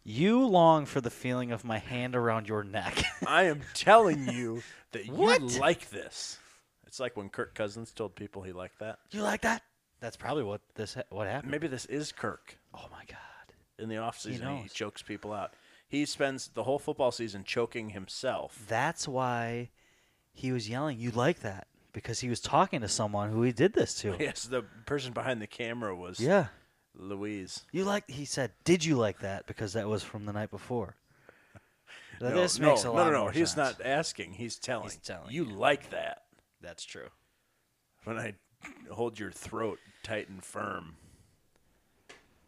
[SPEAKER 2] you long for the feeling of my hand around your neck.
[SPEAKER 1] I am telling you that you
[SPEAKER 2] What?
[SPEAKER 1] like this. It's like when Kirk Cousins told people he liked that.
[SPEAKER 2] you like that? That's probably what this ha- what happened.
[SPEAKER 1] Maybe this is Kirk.
[SPEAKER 2] Oh my god.
[SPEAKER 1] in the offseason. He, he
[SPEAKER 2] knows.
[SPEAKER 1] chokes people out. He spends the whole football season choking himself.
[SPEAKER 2] That's why he was yelling, "You like that?" because he was talking to someone who he did this to.
[SPEAKER 1] Yes, the person behind the camera was
[SPEAKER 2] yeah.
[SPEAKER 1] Louise.
[SPEAKER 2] You like? He said, "Did you like that?" Because that was from the night before. Now,
[SPEAKER 1] No,
[SPEAKER 2] this
[SPEAKER 1] no,
[SPEAKER 2] makes a
[SPEAKER 1] no,
[SPEAKER 2] lot
[SPEAKER 1] no, no.
[SPEAKER 2] more
[SPEAKER 1] He's
[SPEAKER 2] sense.
[SPEAKER 1] not asking. He's telling.
[SPEAKER 2] He's telling,
[SPEAKER 1] You like that
[SPEAKER 2] That's true.
[SPEAKER 1] when I hold your throat tight and firm.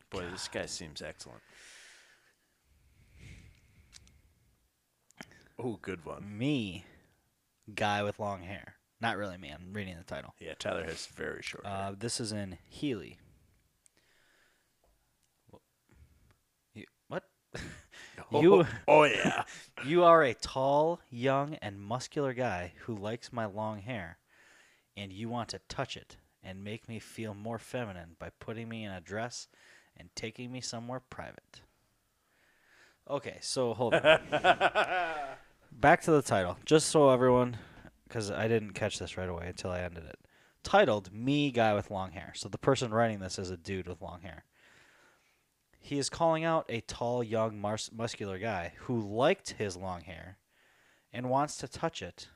[SPEAKER 1] Boy, this guy seems excellent. Oh, good one.
[SPEAKER 2] Me, guy with long hair. Not really me. I'm reading the title.
[SPEAKER 1] Yeah, Tyler has very short. hair.
[SPEAKER 2] Uh, this is in Healy. Wh- you- What? Uh, you-
[SPEAKER 1] oh yeah.
[SPEAKER 2] You are a tall, young, and muscular guy who likes my long hair, and you want to touch it and make me feel more feminine by putting me in a dress and taking me somewhere private. Okay, so hold on. Back to the title, just so everyone, because I didn't catch this right away until I ended it. Titled Me Guy with Long Hair. So the person writing this is a dude with long hair. He is calling out a tall, young, mars- muscular guy who liked his long hair and wants to touch it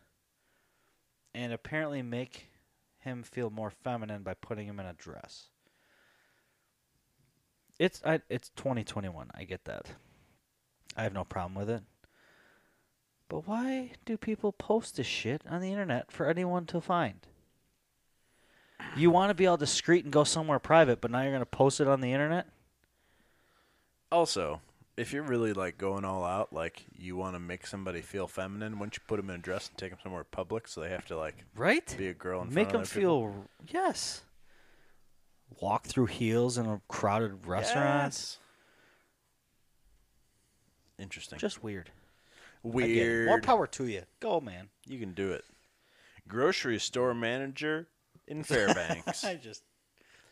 [SPEAKER 2] and apparently make him feel more feminine by putting him in a dress. It's I, it's 2021. I get that. I have no problem with it. But why do people post this shit on the internet for anyone to find? You want to be all discreet and go somewhere private, but now you're going to post it on the internet?
[SPEAKER 1] Also, if you're really like going all out, like you want to make somebody feel feminine, once you put them in a dress and take them somewhere public, so they have to like
[SPEAKER 2] Right?
[SPEAKER 1] be a girl and
[SPEAKER 2] Make them feel yes. Walk through heels in a crowded restaurant.
[SPEAKER 1] Yes. Interesting.
[SPEAKER 2] Just weird. I get it.
[SPEAKER 1] weird.
[SPEAKER 2] More power to you. Go, man.
[SPEAKER 1] You can do it. Grocery store manager in Fairbanks.
[SPEAKER 2] I just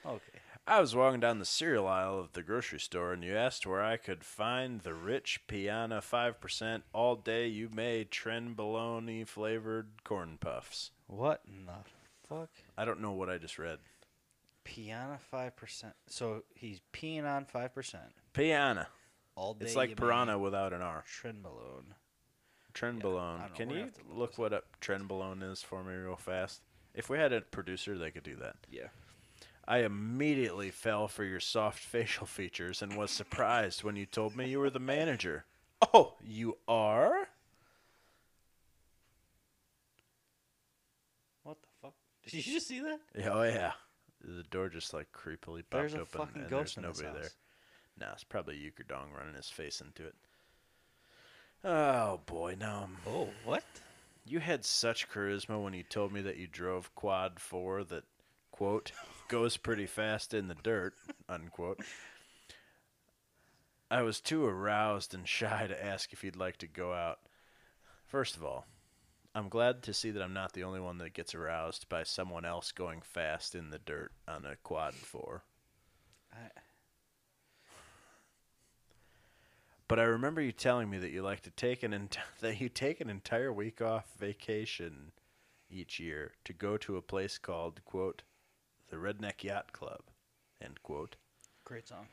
[SPEAKER 2] okay.
[SPEAKER 1] I was walking down the cereal aisle of the grocery store and you asked where I could find the rich Piana 5% all day you made trenbolone flavored corn puffs.
[SPEAKER 2] What in the fuck?
[SPEAKER 1] I don't know what I just read.
[SPEAKER 2] Piana five percent. So he's peeing on five percent
[SPEAKER 1] Piana.
[SPEAKER 2] all day.
[SPEAKER 1] It's
[SPEAKER 2] you
[SPEAKER 1] like
[SPEAKER 2] may
[SPEAKER 1] piranha without an R.
[SPEAKER 2] Trenbolone.
[SPEAKER 1] Trenbolone.
[SPEAKER 2] I don't know.
[SPEAKER 1] Can
[SPEAKER 2] We're
[SPEAKER 1] you
[SPEAKER 2] gonna have to look
[SPEAKER 1] look what up trenbolone is for me real fast? If we had a producer, they could do that.
[SPEAKER 2] Yeah.
[SPEAKER 1] I immediately fell for your soft facial features and was surprised when you told me you were the manager. Oh, you are?
[SPEAKER 2] What the fuck? Did you just see that?
[SPEAKER 1] Yeah, Oh yeah. The door just like creepily popped
[SPEAKER 2] There's a
[SPEAKER 1] open
[SPEAKER 2] fucking
[SPEAKER 1] and there's
[SPEAKER 2] ghost in this
[SPEAKER 1] nobody there.
[SPEAKER 2] house.
[SPEAKER 1] Nah, it's probably Dong running his face into it. Oh boy, now I'm
[SPEAKER 2] Oh, what?
[SPEAKER 1] You had such charisma when you told me that you drove quad four that, quote, goes pretty fast in the dirt, unquote. I was too aroused and shy to ask if you'd like to go out. First of all, I'm glad to see that I'm not the only one that gets aroused by someone else going fast in the dirt on a quad four.
[SPEAKER 2] I-
[SPEAKER 1] But I remember you telling me that you like to take an ent- that you take an entire week off vacation each year to go to a place called quote the Redneck Yacht Club end quote.
[SPEAKER 2] Great song.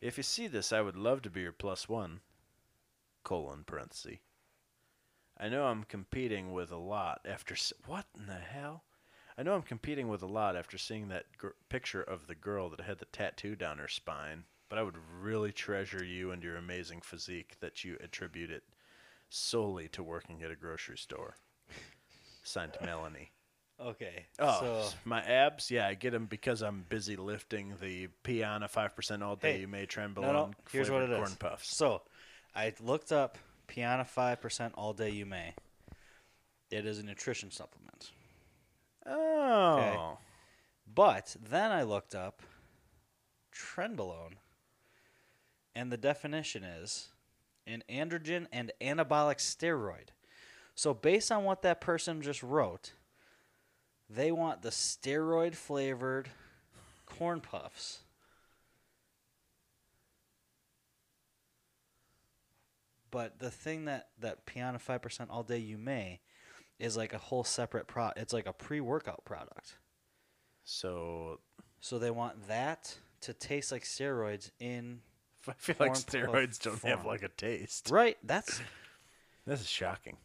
[SPEAKER 1] If you see this, I would love to be your plus one colon parenthesis. I know I'm competing with a lot after s what in the hell? I know I'm competing with a lot after seeing that gr- picture of the girl that had the tattoo down her spine, but I would really treasure you and your amazing physique that you attribute it solely to working at a grocery store. Signed Melanie.
[SPEAKER 2] Okay.
[SPEAKER 1] Oh,
[SPEAKER 2] so
[SPEAKER 1] s- my abs? Yeah, I get them because I'm busy lifting the Piana 5% all day.
[SPEAKER 2] Hey,
[SPEAKER 1] you may tremble
[SPEAKER 2] no, no.
[SPEAKER 1] on
[SPEAKER 2] Here's what it
[SPEAKER 1] flavored
[SPEAKER 2] is.
[SPEAKER 1] corn puffs.
[SPEAKER 2] So, I looked up Piana five percent all day. You may. It is a nutrition supplement.
[SPEAKER 1] Oh.
[SPEAKER 2] But then I looked up trenbolone, and the definition is an androgen and anabolic steroid. So, based on what that person just wrote, they want the steroid flavored corn puffs. But the thing that, that Piana 5% All Day You May is like a whole separate pro. It's like a pre workout product.
[SPEAKER 1] So
[SPEAKER 2] So they want that to taste like steroids in
[SPEAKER 1] I feel like
[SPEAKER 2] Corn puff
[SPEAKER 1] steroids don't have
[SPEAKER 2] form.
[SPEAKER 1] like a taste.
[SPEAKER 2] right. That's
[SPEAKER 1] This is shocking.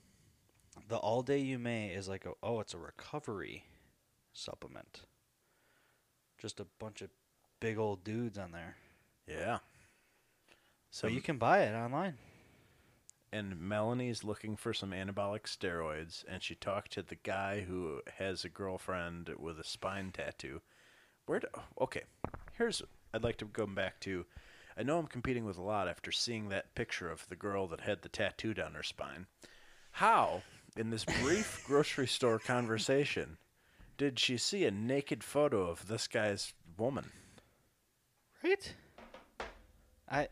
[SPEAKER 2] the all day you may is like a, oh it's a recovery supplement. Just a bunch of big old dudes on there.
[SPEAKER 1] Yeah. So
[SPEAKER 2] So you can buy it online.
[SPEAKER 1] and Melanie's looking for some anabolic steroids, and she talked to the guy who has a girlfriend with a spine tattoo. Where? Do, okay, here's. I'd like to go back to. I know I'm competing with a lot after seeing that picture of the girl that had the tattoo down her spine. How, in this brief grocery store conversation, did she see a naked photo of this guy's woman?
[SPEAKER 2] Right? I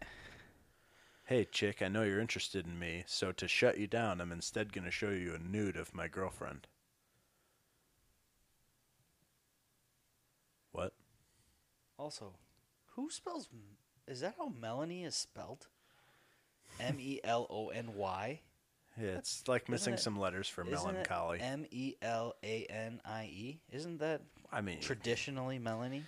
[SPEAKER 1] Hey, chick, I know you're interested in me, so to shut you down, I'm instead going to show you a nude of my girlfriend. What?
[SPEAKER 2] also who spells M- is that how Melanie is spelled? M E L O N Y.
[SPEAKER 1] Yeah, it's like missing
[SPEAKER 2] it-
[SPEAKER 1] some letters for
[SPEAKER 2] Isn't it
[SPEAKER 1] melancholy.
[SPEAKER 2] M E L A N I E. Isn't that
[SPEAKER 1] I mean,
[SPEAKER 2] traditionally Melanie?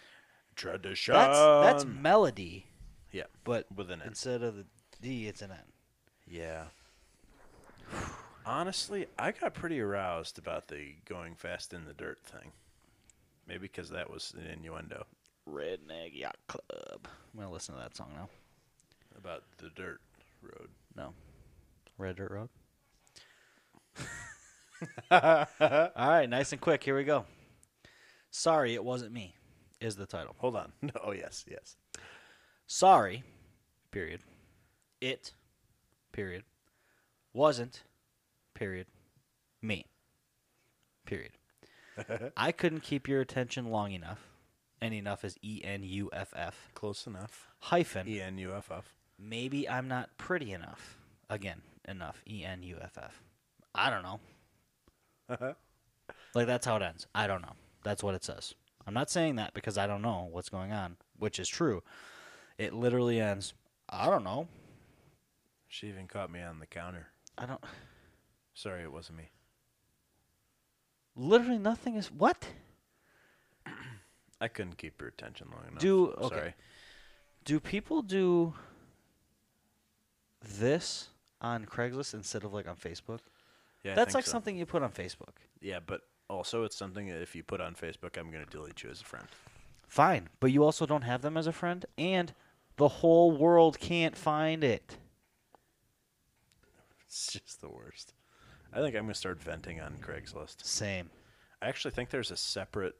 [SPEAKER 1] tradition.
[SPEAKER 2] That's that's melody,
[SPEAKER 1] yeah,
[SPEAKER 2] but
[SPEAKER 1] with an N.
[SPEAKER 2] instead of the D, it's an N.
[SPEAKER 1] Yeah. Honestly, I got pretty aroused about the going fast in the dirt thing. Maybe because that was an innuendo
[SPEAKER 2] Redneck Yacht Club. I'm gonna listen to that song now.
[SPEAKER 1] about the dirt road.
[SPEAKER 2] No, Red Dirt Road. All right, nice and quick. Here we go. Sorry, it wasn't me. Is the title.
[SPEAKER 1] Hold on. Oh, yes, yes.
[SPEAKER 2] Sorry, period. It, period, wasn't, period, me, period. I couldn't keep your attention long enough, and enough is E N U F F
[SPEAKER 1] Close enough.
[SPEAKER 2] hyphen.
[SPEAKER 1] E N U F F.
[SPEAKER 2] Maybe I'm not pretty enough. Again, enough. E N U F F. I don't know. Like that's how it ends. I don't know. That's what it says. I'm not saying that because I don't know what's going on, which is true. It literally ends. I don't know.
[SPEAKER 1] She even caught me on the counter.
[SPEAKER 2] I don't.
[SPEAKER 1] Sorry, it wasn't me.
[SPEAKER 2] Literally nothing is what?
[SPEAKER 1] I couldn't keep your attention long enough.
[SPEAKER 2] Do- okay.
[SPEAKER 1] Sorry.
[SPEAKER 2] Do people do this on Craigslist instead of like on Facebook?
[SPEAKER 1] Yeah, I
[SPEAKER 2] That's
[SPEAKER 1] think
[SPEAKER 2] like
[SPEAKER 1] so.
[SPEAKER 2] something you put on Facebook.
[SPEAKER 1] Yeah, but also it's something that if you put on Facebook, I'm going to delete you as a friend.
[SPEAKER 2] Fine, but you also don't have them as a friend, and the whole world can't find it.
[SPEAKER 1] It's just the worst. I think I'm going to start venting on Craigslist.
[SPEAKER 2] Same.
[SPEAKER 1] I actually think there's a separate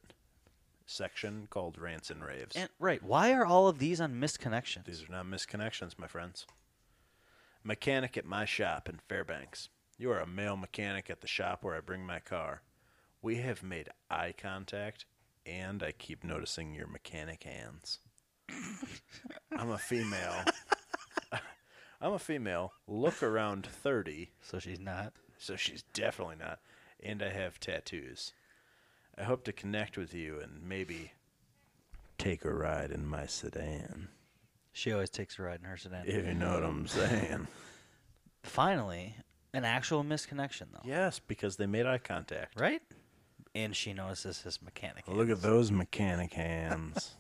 [SPEAKER 1] section called rants and raves.
[SPEAKER 2] And right, why are all of these on missed connections?
[SPEAKER 1] These are not misconnections, my friends. Mechanic at my shop in Fairbanks. You are a male mechanic at the shop where I bring my car. We have made eye contact, and I keep noticing your mechanic hands. I'm a female. I'm a female. Look around 30,
[SPEAKER 2] So she's not.
[SPEAKER 1] so she's definitely not. And I have tattoos. I hope to connect with you and maybe take a ride in my sedan.
[SPEAKER 2] She always takes a ride in her sedan.
[SPEAKER 1] If you know what I'm saying.
[SPEAKER 2] Finally, an actual misconnection though.
[SPEAKER 1] yes, because they made eye contact.
[SPEAKER 2] Right? And she notices his mechanic.
[SPEAKER 1] Look at those mechanic hands.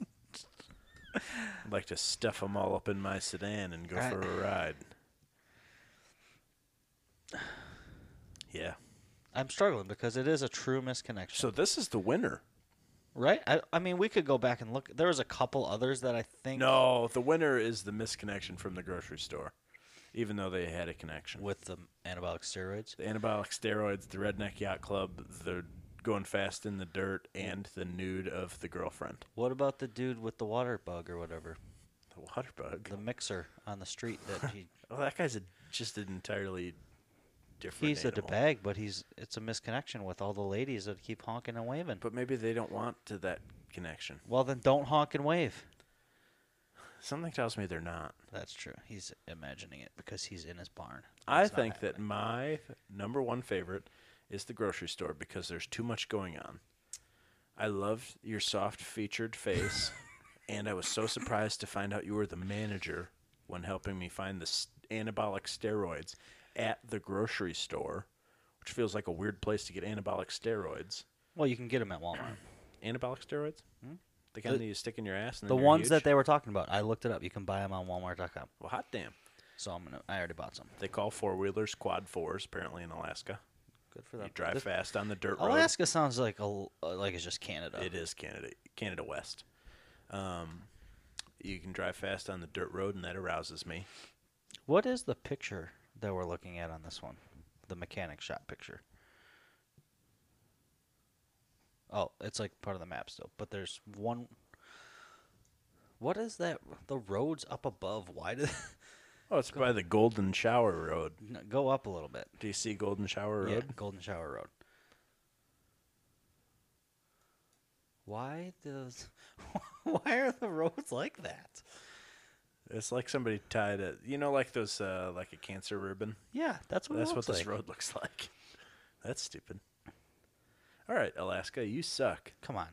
[SPEAKER 1] I'd like to stuff them all up in my sedan and go
[SPEAKER 2] Right.
[SPEAKER 1] for a ride. Yeah.
[SPEAKER 2] I'm struggling because it is a true misconnection.
[SPEAKER 1] So this is the winner.
[SPEAKER 2] right? I, I mean, we could go back and look. There was a couple others that I think
[SPEAKER 1] No, the winner is the misconnection from the grocery store, even though they had a connection.
[SPEAKER 2] with the anabolic steroids.
[SPEAKER 1] the anabolic steroids, the redneck yacht club, the going fast in the dirt, and the nude of the girlfriend.
[SPEAKER 2] What about the dude with the water bug or whatever?
[SPEAKER 1] The water bug.
[SPEAKER 2] The mixer on the street that he
[SPEAKER 1] Well, that guy's a, just an entirely different.
[SPEAKER 2] he's a
[SPEAKER 1] animal.
[SPEAKER 2] bag, but he's it's a misconnection with all the ladies that keep honking and waving.
[SPEAKER 1] But maybe they don't want to that connection.
[SPEAKER 2] well, then don't honk and wave.
[SPEAKER 1] Something tells me they're not.
[SPEAKER 2] That's true. He's imagining it because he's in his barn.
[SPEAKER 1] I
[SPEAKER 2] It's not
[SPEAKER 1] think
[SPEAKER 2] happening.
[SPEAKER 1] that my number one favorite is the grocery store because there's too much going on. I loved your soft featured face, and I was so surprised to find out you were the manager when helping me find the s- anabolic steroids at the grocery store, which feels like a weird place to get anabolic steroids.
[SPEAKER 2] Well, you can get them at Walmart.
[SPEAKER 1] Anabolic steroids? The kind that you stick in your ass. And
[SPEAKER 2] the
[SPEAKER 1] then you're
[SPEAKER 2] ones
[SPEAKER 1] huge?
[SPEAKER 2] that they were talking about, I looked it up. You can buy them on Walmart.com.
[SPEAKER 1] Well, hot damn.
[SPEAKER 2] So I'm gonna. I already bought some.
[SPEAKER 1] They call four wheelers quad fours, apparently in Alaska.
[SPEAKER 2] Good for
[SPEAKER 1] You
[SPEAKER 2] them.
[SPEAKER 1] drive
[SPEAKER 2] This-
[SPEAKER 1] fast on the dirt road.
[SPEAKER 2] Alaska sounds like a l- uh, like it's just Canada.
[SPEAKER 1] It is Canada, Canada West. Um, you can drive fast on the dirt road, and that arouses me.
[SPEAKER 2] What is the picture that we're looking at on this one? The mechanic shop picture. Oh, it's like part of the map still, but there's one. What is that? The roads up above. Why did
[SPEAKER 1] Oh, it's by the Golden Shower Road.
[SPEAKER 2] No, go up a little bit?
[SPEAKER 1] Do you see Golden Shower Road?
[SPEAKER 2] Yeah, Golden Shower Road. Why does why are the roads like that?
[SPEAKER 1] It's like somebody tied a, you know, like those, uh, like a cancer ribbon.
[SPEAKER 2] Yeah, that's what
[SPEAKER 1] That's
[SPEAKER 2] it
[SPEAKER 1] what
[SPEAKER 2] looks
[SPEAKER 1] this
[SPEAKER 2] like.
[SPEAKER 1] road looks like. That's stupid. All right, Alaska, you suck.
[SPEAKER 2] Come on,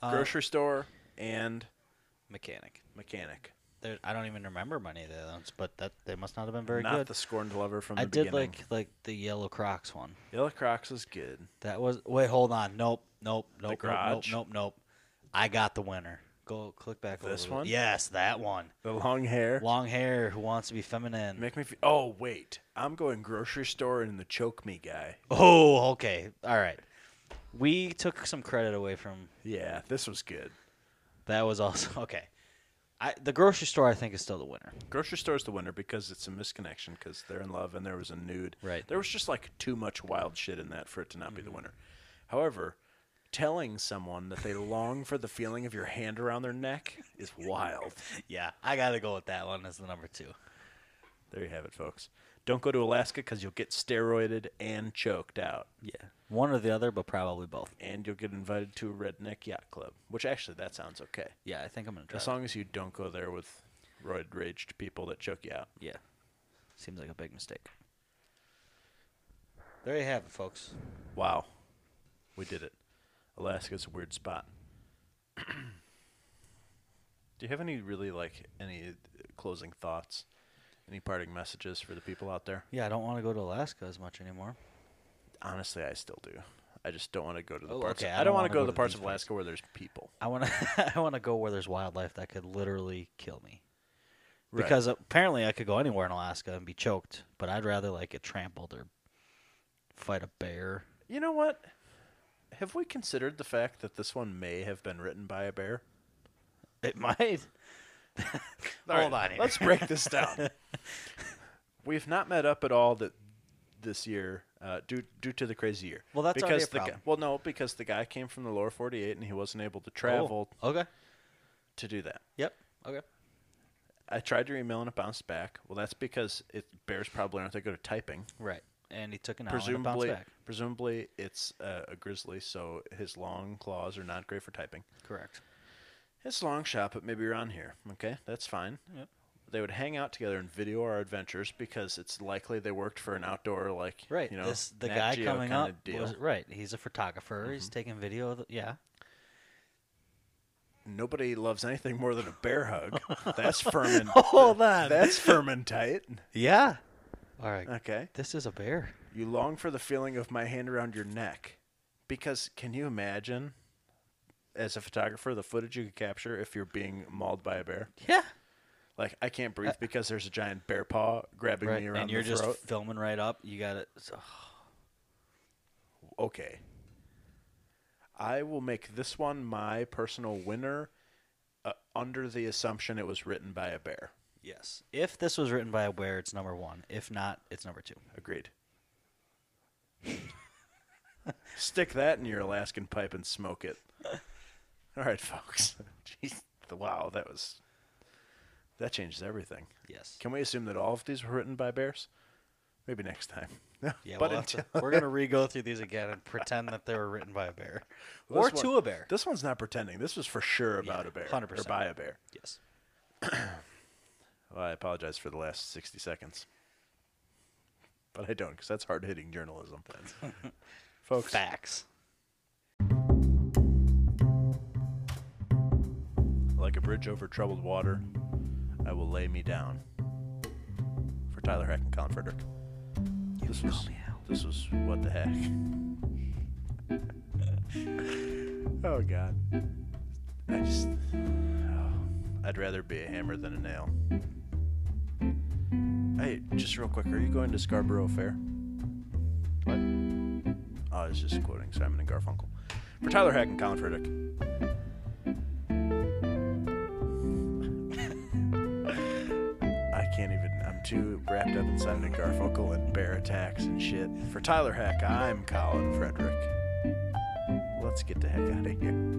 [SPEAKER 2] Uh,
[SPEAKER 1] Grocery store and
[SPEAKER 2] mechanic.
[SPEAKER 1] mechanic.
[SPEAKER 2] There, I don't even remember many of the other ones, but that they must not have been very
[SPEAKER 1] Not
[SPEAKER 2] good.
[SPEAKER 1] the scorned lover from the
[SPEAKER 2] I did
[SPEAKER 1] beginning.
[SPEAKER 2] like like the yellow Crocs one.
[SPEAKER 1] Yellow Crocs is good.
[SPEAKER 2] That was wait, hold on, nope, nope, nope, nope, nope,
[SPEAKER 1] garage?
[SPEAKER 2] nope, nope. I got the winner. Go click back. a
[SPEAKER 1] This
[SPEAKER 2] little bit.
[SPEAKER 1] one?
[SPEAKER 2] yes, that one.
[SPEAKER 1] The long hair.
[SPEAKER 2] Long hair, who wants to be feminine?
[SPEAKER 1] Make me feel. Oh wait, I'm going grocery store and the choke me guy.
[SPEAKER 2] Oh, okay. All right. We took some credit away from
[SPEAKER 1] Yeah, this was good.
[SPEAKER 2] that was also okay. I the grocery store I think is still the winner.
[SPEAKER 1] Grocery store's the winner because it's a misconnection because they're in love and there was a nude.
[SPEAKER 2] Right. Mm-hmm.
[SPEAKER 1] There was just like too much wild shit in that for it to not be the winner. However, telling someone that they long for the feeling of your hand around their neck is wild.
[SPEAKER 2] Yeah, I got to go with that one as the number 2.
[SPEAKER 1] There you have it, folks. Don't go to Alaska because you'll get steroided and choked out,
[SPEAKER 2] Yeah. One or the other, but probably both.
[SPEAKER 1] and you'll get invited to a redneck yacht club. Which actually, that sounds okay,
[SPEAKER 2] Yeah, I think I'm gonna try.
[SPEAKER 1] as long as you don't go there with roid raged people that choke you out.
[SPEAKER 2] it. Yeah. Seems like a big mistake. There you have it, folks.
[SPEAKER 1] Wow, we did it. Alaska's a weird spot. Do you have any really like any uh, closing thoughts, any parting messages for the people out there?
[SPEAKER 2] Yeah, I don't want to go to Alaska as much anymore.
[SPEAKER 1] Honestly, I still do. I just don't want to go to the
[SPEAKER 2] Oh,
[SPEAKER 1] parts.
[SPEAKER 2] okay,
[SPEAKER 1] I
[SPEAKER 2] I
[SPEAKER 1] don't,
[SPEAKER 2] don't
[SPEAKER 1] want
[SPEAKER 2] wanna
[SPEAKER 1] to go to
[SPEAKER 2] go
[SPEAKER 1] the
[SPEAKER 2] to
[SPEAKER 1] parts
[SPEAKER 2] these
[SPEAKER 1] of
[SPEAKER 2] parts.
[SPEAKER 1] Alaska where there's people.
[SPEAKER 2] I want to. I want to go where there's wildlife that could literally kill me. Because apparently I could go anywhere in Alaska and be choked, but I'd rather like get trampled or fight a bear.
[SPEAKER 1] you know what? Have we considered the fact that this one may have been written by a bear?
[SPEAKER 2] It might.
[SPEAKER 1] All right,
[SPEAKER 2] Hold on here.
[SPEAKER 1] Let's break this down. We've not met up at all that this year uh, due due to the crazy year.
[SPEAKER 2] Well, that's already
[SPEAKER 1] because
[SPEAKER 2] a
[SPEAKER 1] the guy,
[SPEAKER 2] problem.
[SPEAKER 1] well, no, because the guy came from the lower 48 and he wasn't able to travel
[SPEAKER 2] Oh, okay.
[SPEAKER 1] to do that.
[SPEAKER 2] Yep. Okay.
[SPEAKER 1] I tried your email and it bounced back. Well, that's because it bears probably aren't that good at typing.
[SPEAKER 2] Right. And he took an hour and
[SPEAKER 1] presumably,
[SPEAKER 2] a bounce back.
[SPEAKER 1] presumably it's uh, a grizzly, so his long claws are not great for typing.
[SPEAKER 2] Correct.
[SPEAKER 1] It's a long shot, but maybe around here. Okay, that's fine.
[SPEAKER 2] Yep.
[SPEAKER 1] They would hang out together and video our adventures because it's likely they worked for an outdoor like
[SPEAKER 2] Right.
[SPEAKER 1] You know,
[SPEAKER 2] this the
[SPEAKER 1] Nat
[SPEAKER 2] guy
[SPEAKER 1] Geo
[SPEAKER 2] coming
[SPEAKER 1] kinda
[SPEAKER 2] up
[SPEAKER 1] deal. Mm-hmm.
[SPEAKER 2] was right. He's a photographer. He's taking video. Of the, yeah.
[SPEAKER 1] Nobody loves anything more than a bear hug. That's firm and
[SPEAKER 2] Hold on.
[SPEAKER 1] that's firm and tight.
[SPEAKER 2] Yeah. All right.
[SPEAKER 1] Okay,
[SPEAKER 2] This is a bear.
[SPEAKER 1] you long for the feeling of my hand around your neck, because can you imagine, as a photographer, the footage you could capture if you're being mauled by a bear?
[SPEAKER 2] Yeah.
[SPEAKER 1] Like I can't breathe because there's a giant bear paw grabbing
[SPEAKER 2] Uh, Right.
[SPEAKER 1] me around
[SPEAKER 2] And you're
[SPEAKER 1] the
[SPEAKER 2] just
[SPEAKER 1] throat.
[SPEAKER 2] filming right up. You got it.
[SPEAKER 1] okay. I will make this one my personal winner uh, under the assumption it was written by a bear.
[SPEAKER 2] yes. If this was written by a bear, it's number one. If not, it's number two.
[SPEAKER 1] Agreed. Stick that in your Alaskan pipe and smoke it. All right, folks. Jeez, wow, that was that changes everything.
[SPEAKER 2] Yes.
[SPEAKER 1] Can we assume that all of these were written by bears? Maybe next time.
[SPEAKER 2] Yeah,
[SPEAKER 1] but
[SPEAKER 2] we'll have
[SPEAKER 1] until,
[SPEAKER 2] to, we're gonna re-go through these again and pretend that they were written by a bear,
[SPEAKER 1] Well,
[SPEAKER 2] or
[SPEAKER 1] this one-
[SPEAKER 2] to a bear.
[SPEAKER 1] This one's not pretending. This was for sure about
[SPEAKER 2] Yeah,
[SPEAKER 1] a bear.
[SPEAKER 2] 100%.
[SPEAKER 1] Or by a bear.
[SPEAKER 2] Yes.
[SPEAKER 1] Well, I apologize for the last 60 seconds. But I don't, because that's hard hitting journalism. Folks,
[SPEAKER 2] Facts.
[SPEAKER 1] like a bridge over troubled water, I will lay me down. For Tyler Heck and Colin Frederick. This was,
[SPEAKER 2] me out.
[SPEAKER 1] this was what the heck. oh, God. I just. oh, I'd rather be a hammer than a nail. Hey, just real quick, are you going to Scarborough Fair? What? Oh, I was just quoting Simon and Garfunkel. For Tyler Hack and Colin Frederick. I can't even. I'm too wrapped up in Simon and Garfunkel and bear attacks and shit. For Tyler Hack, I'm Colin Frederick. Let's get the heck out of here.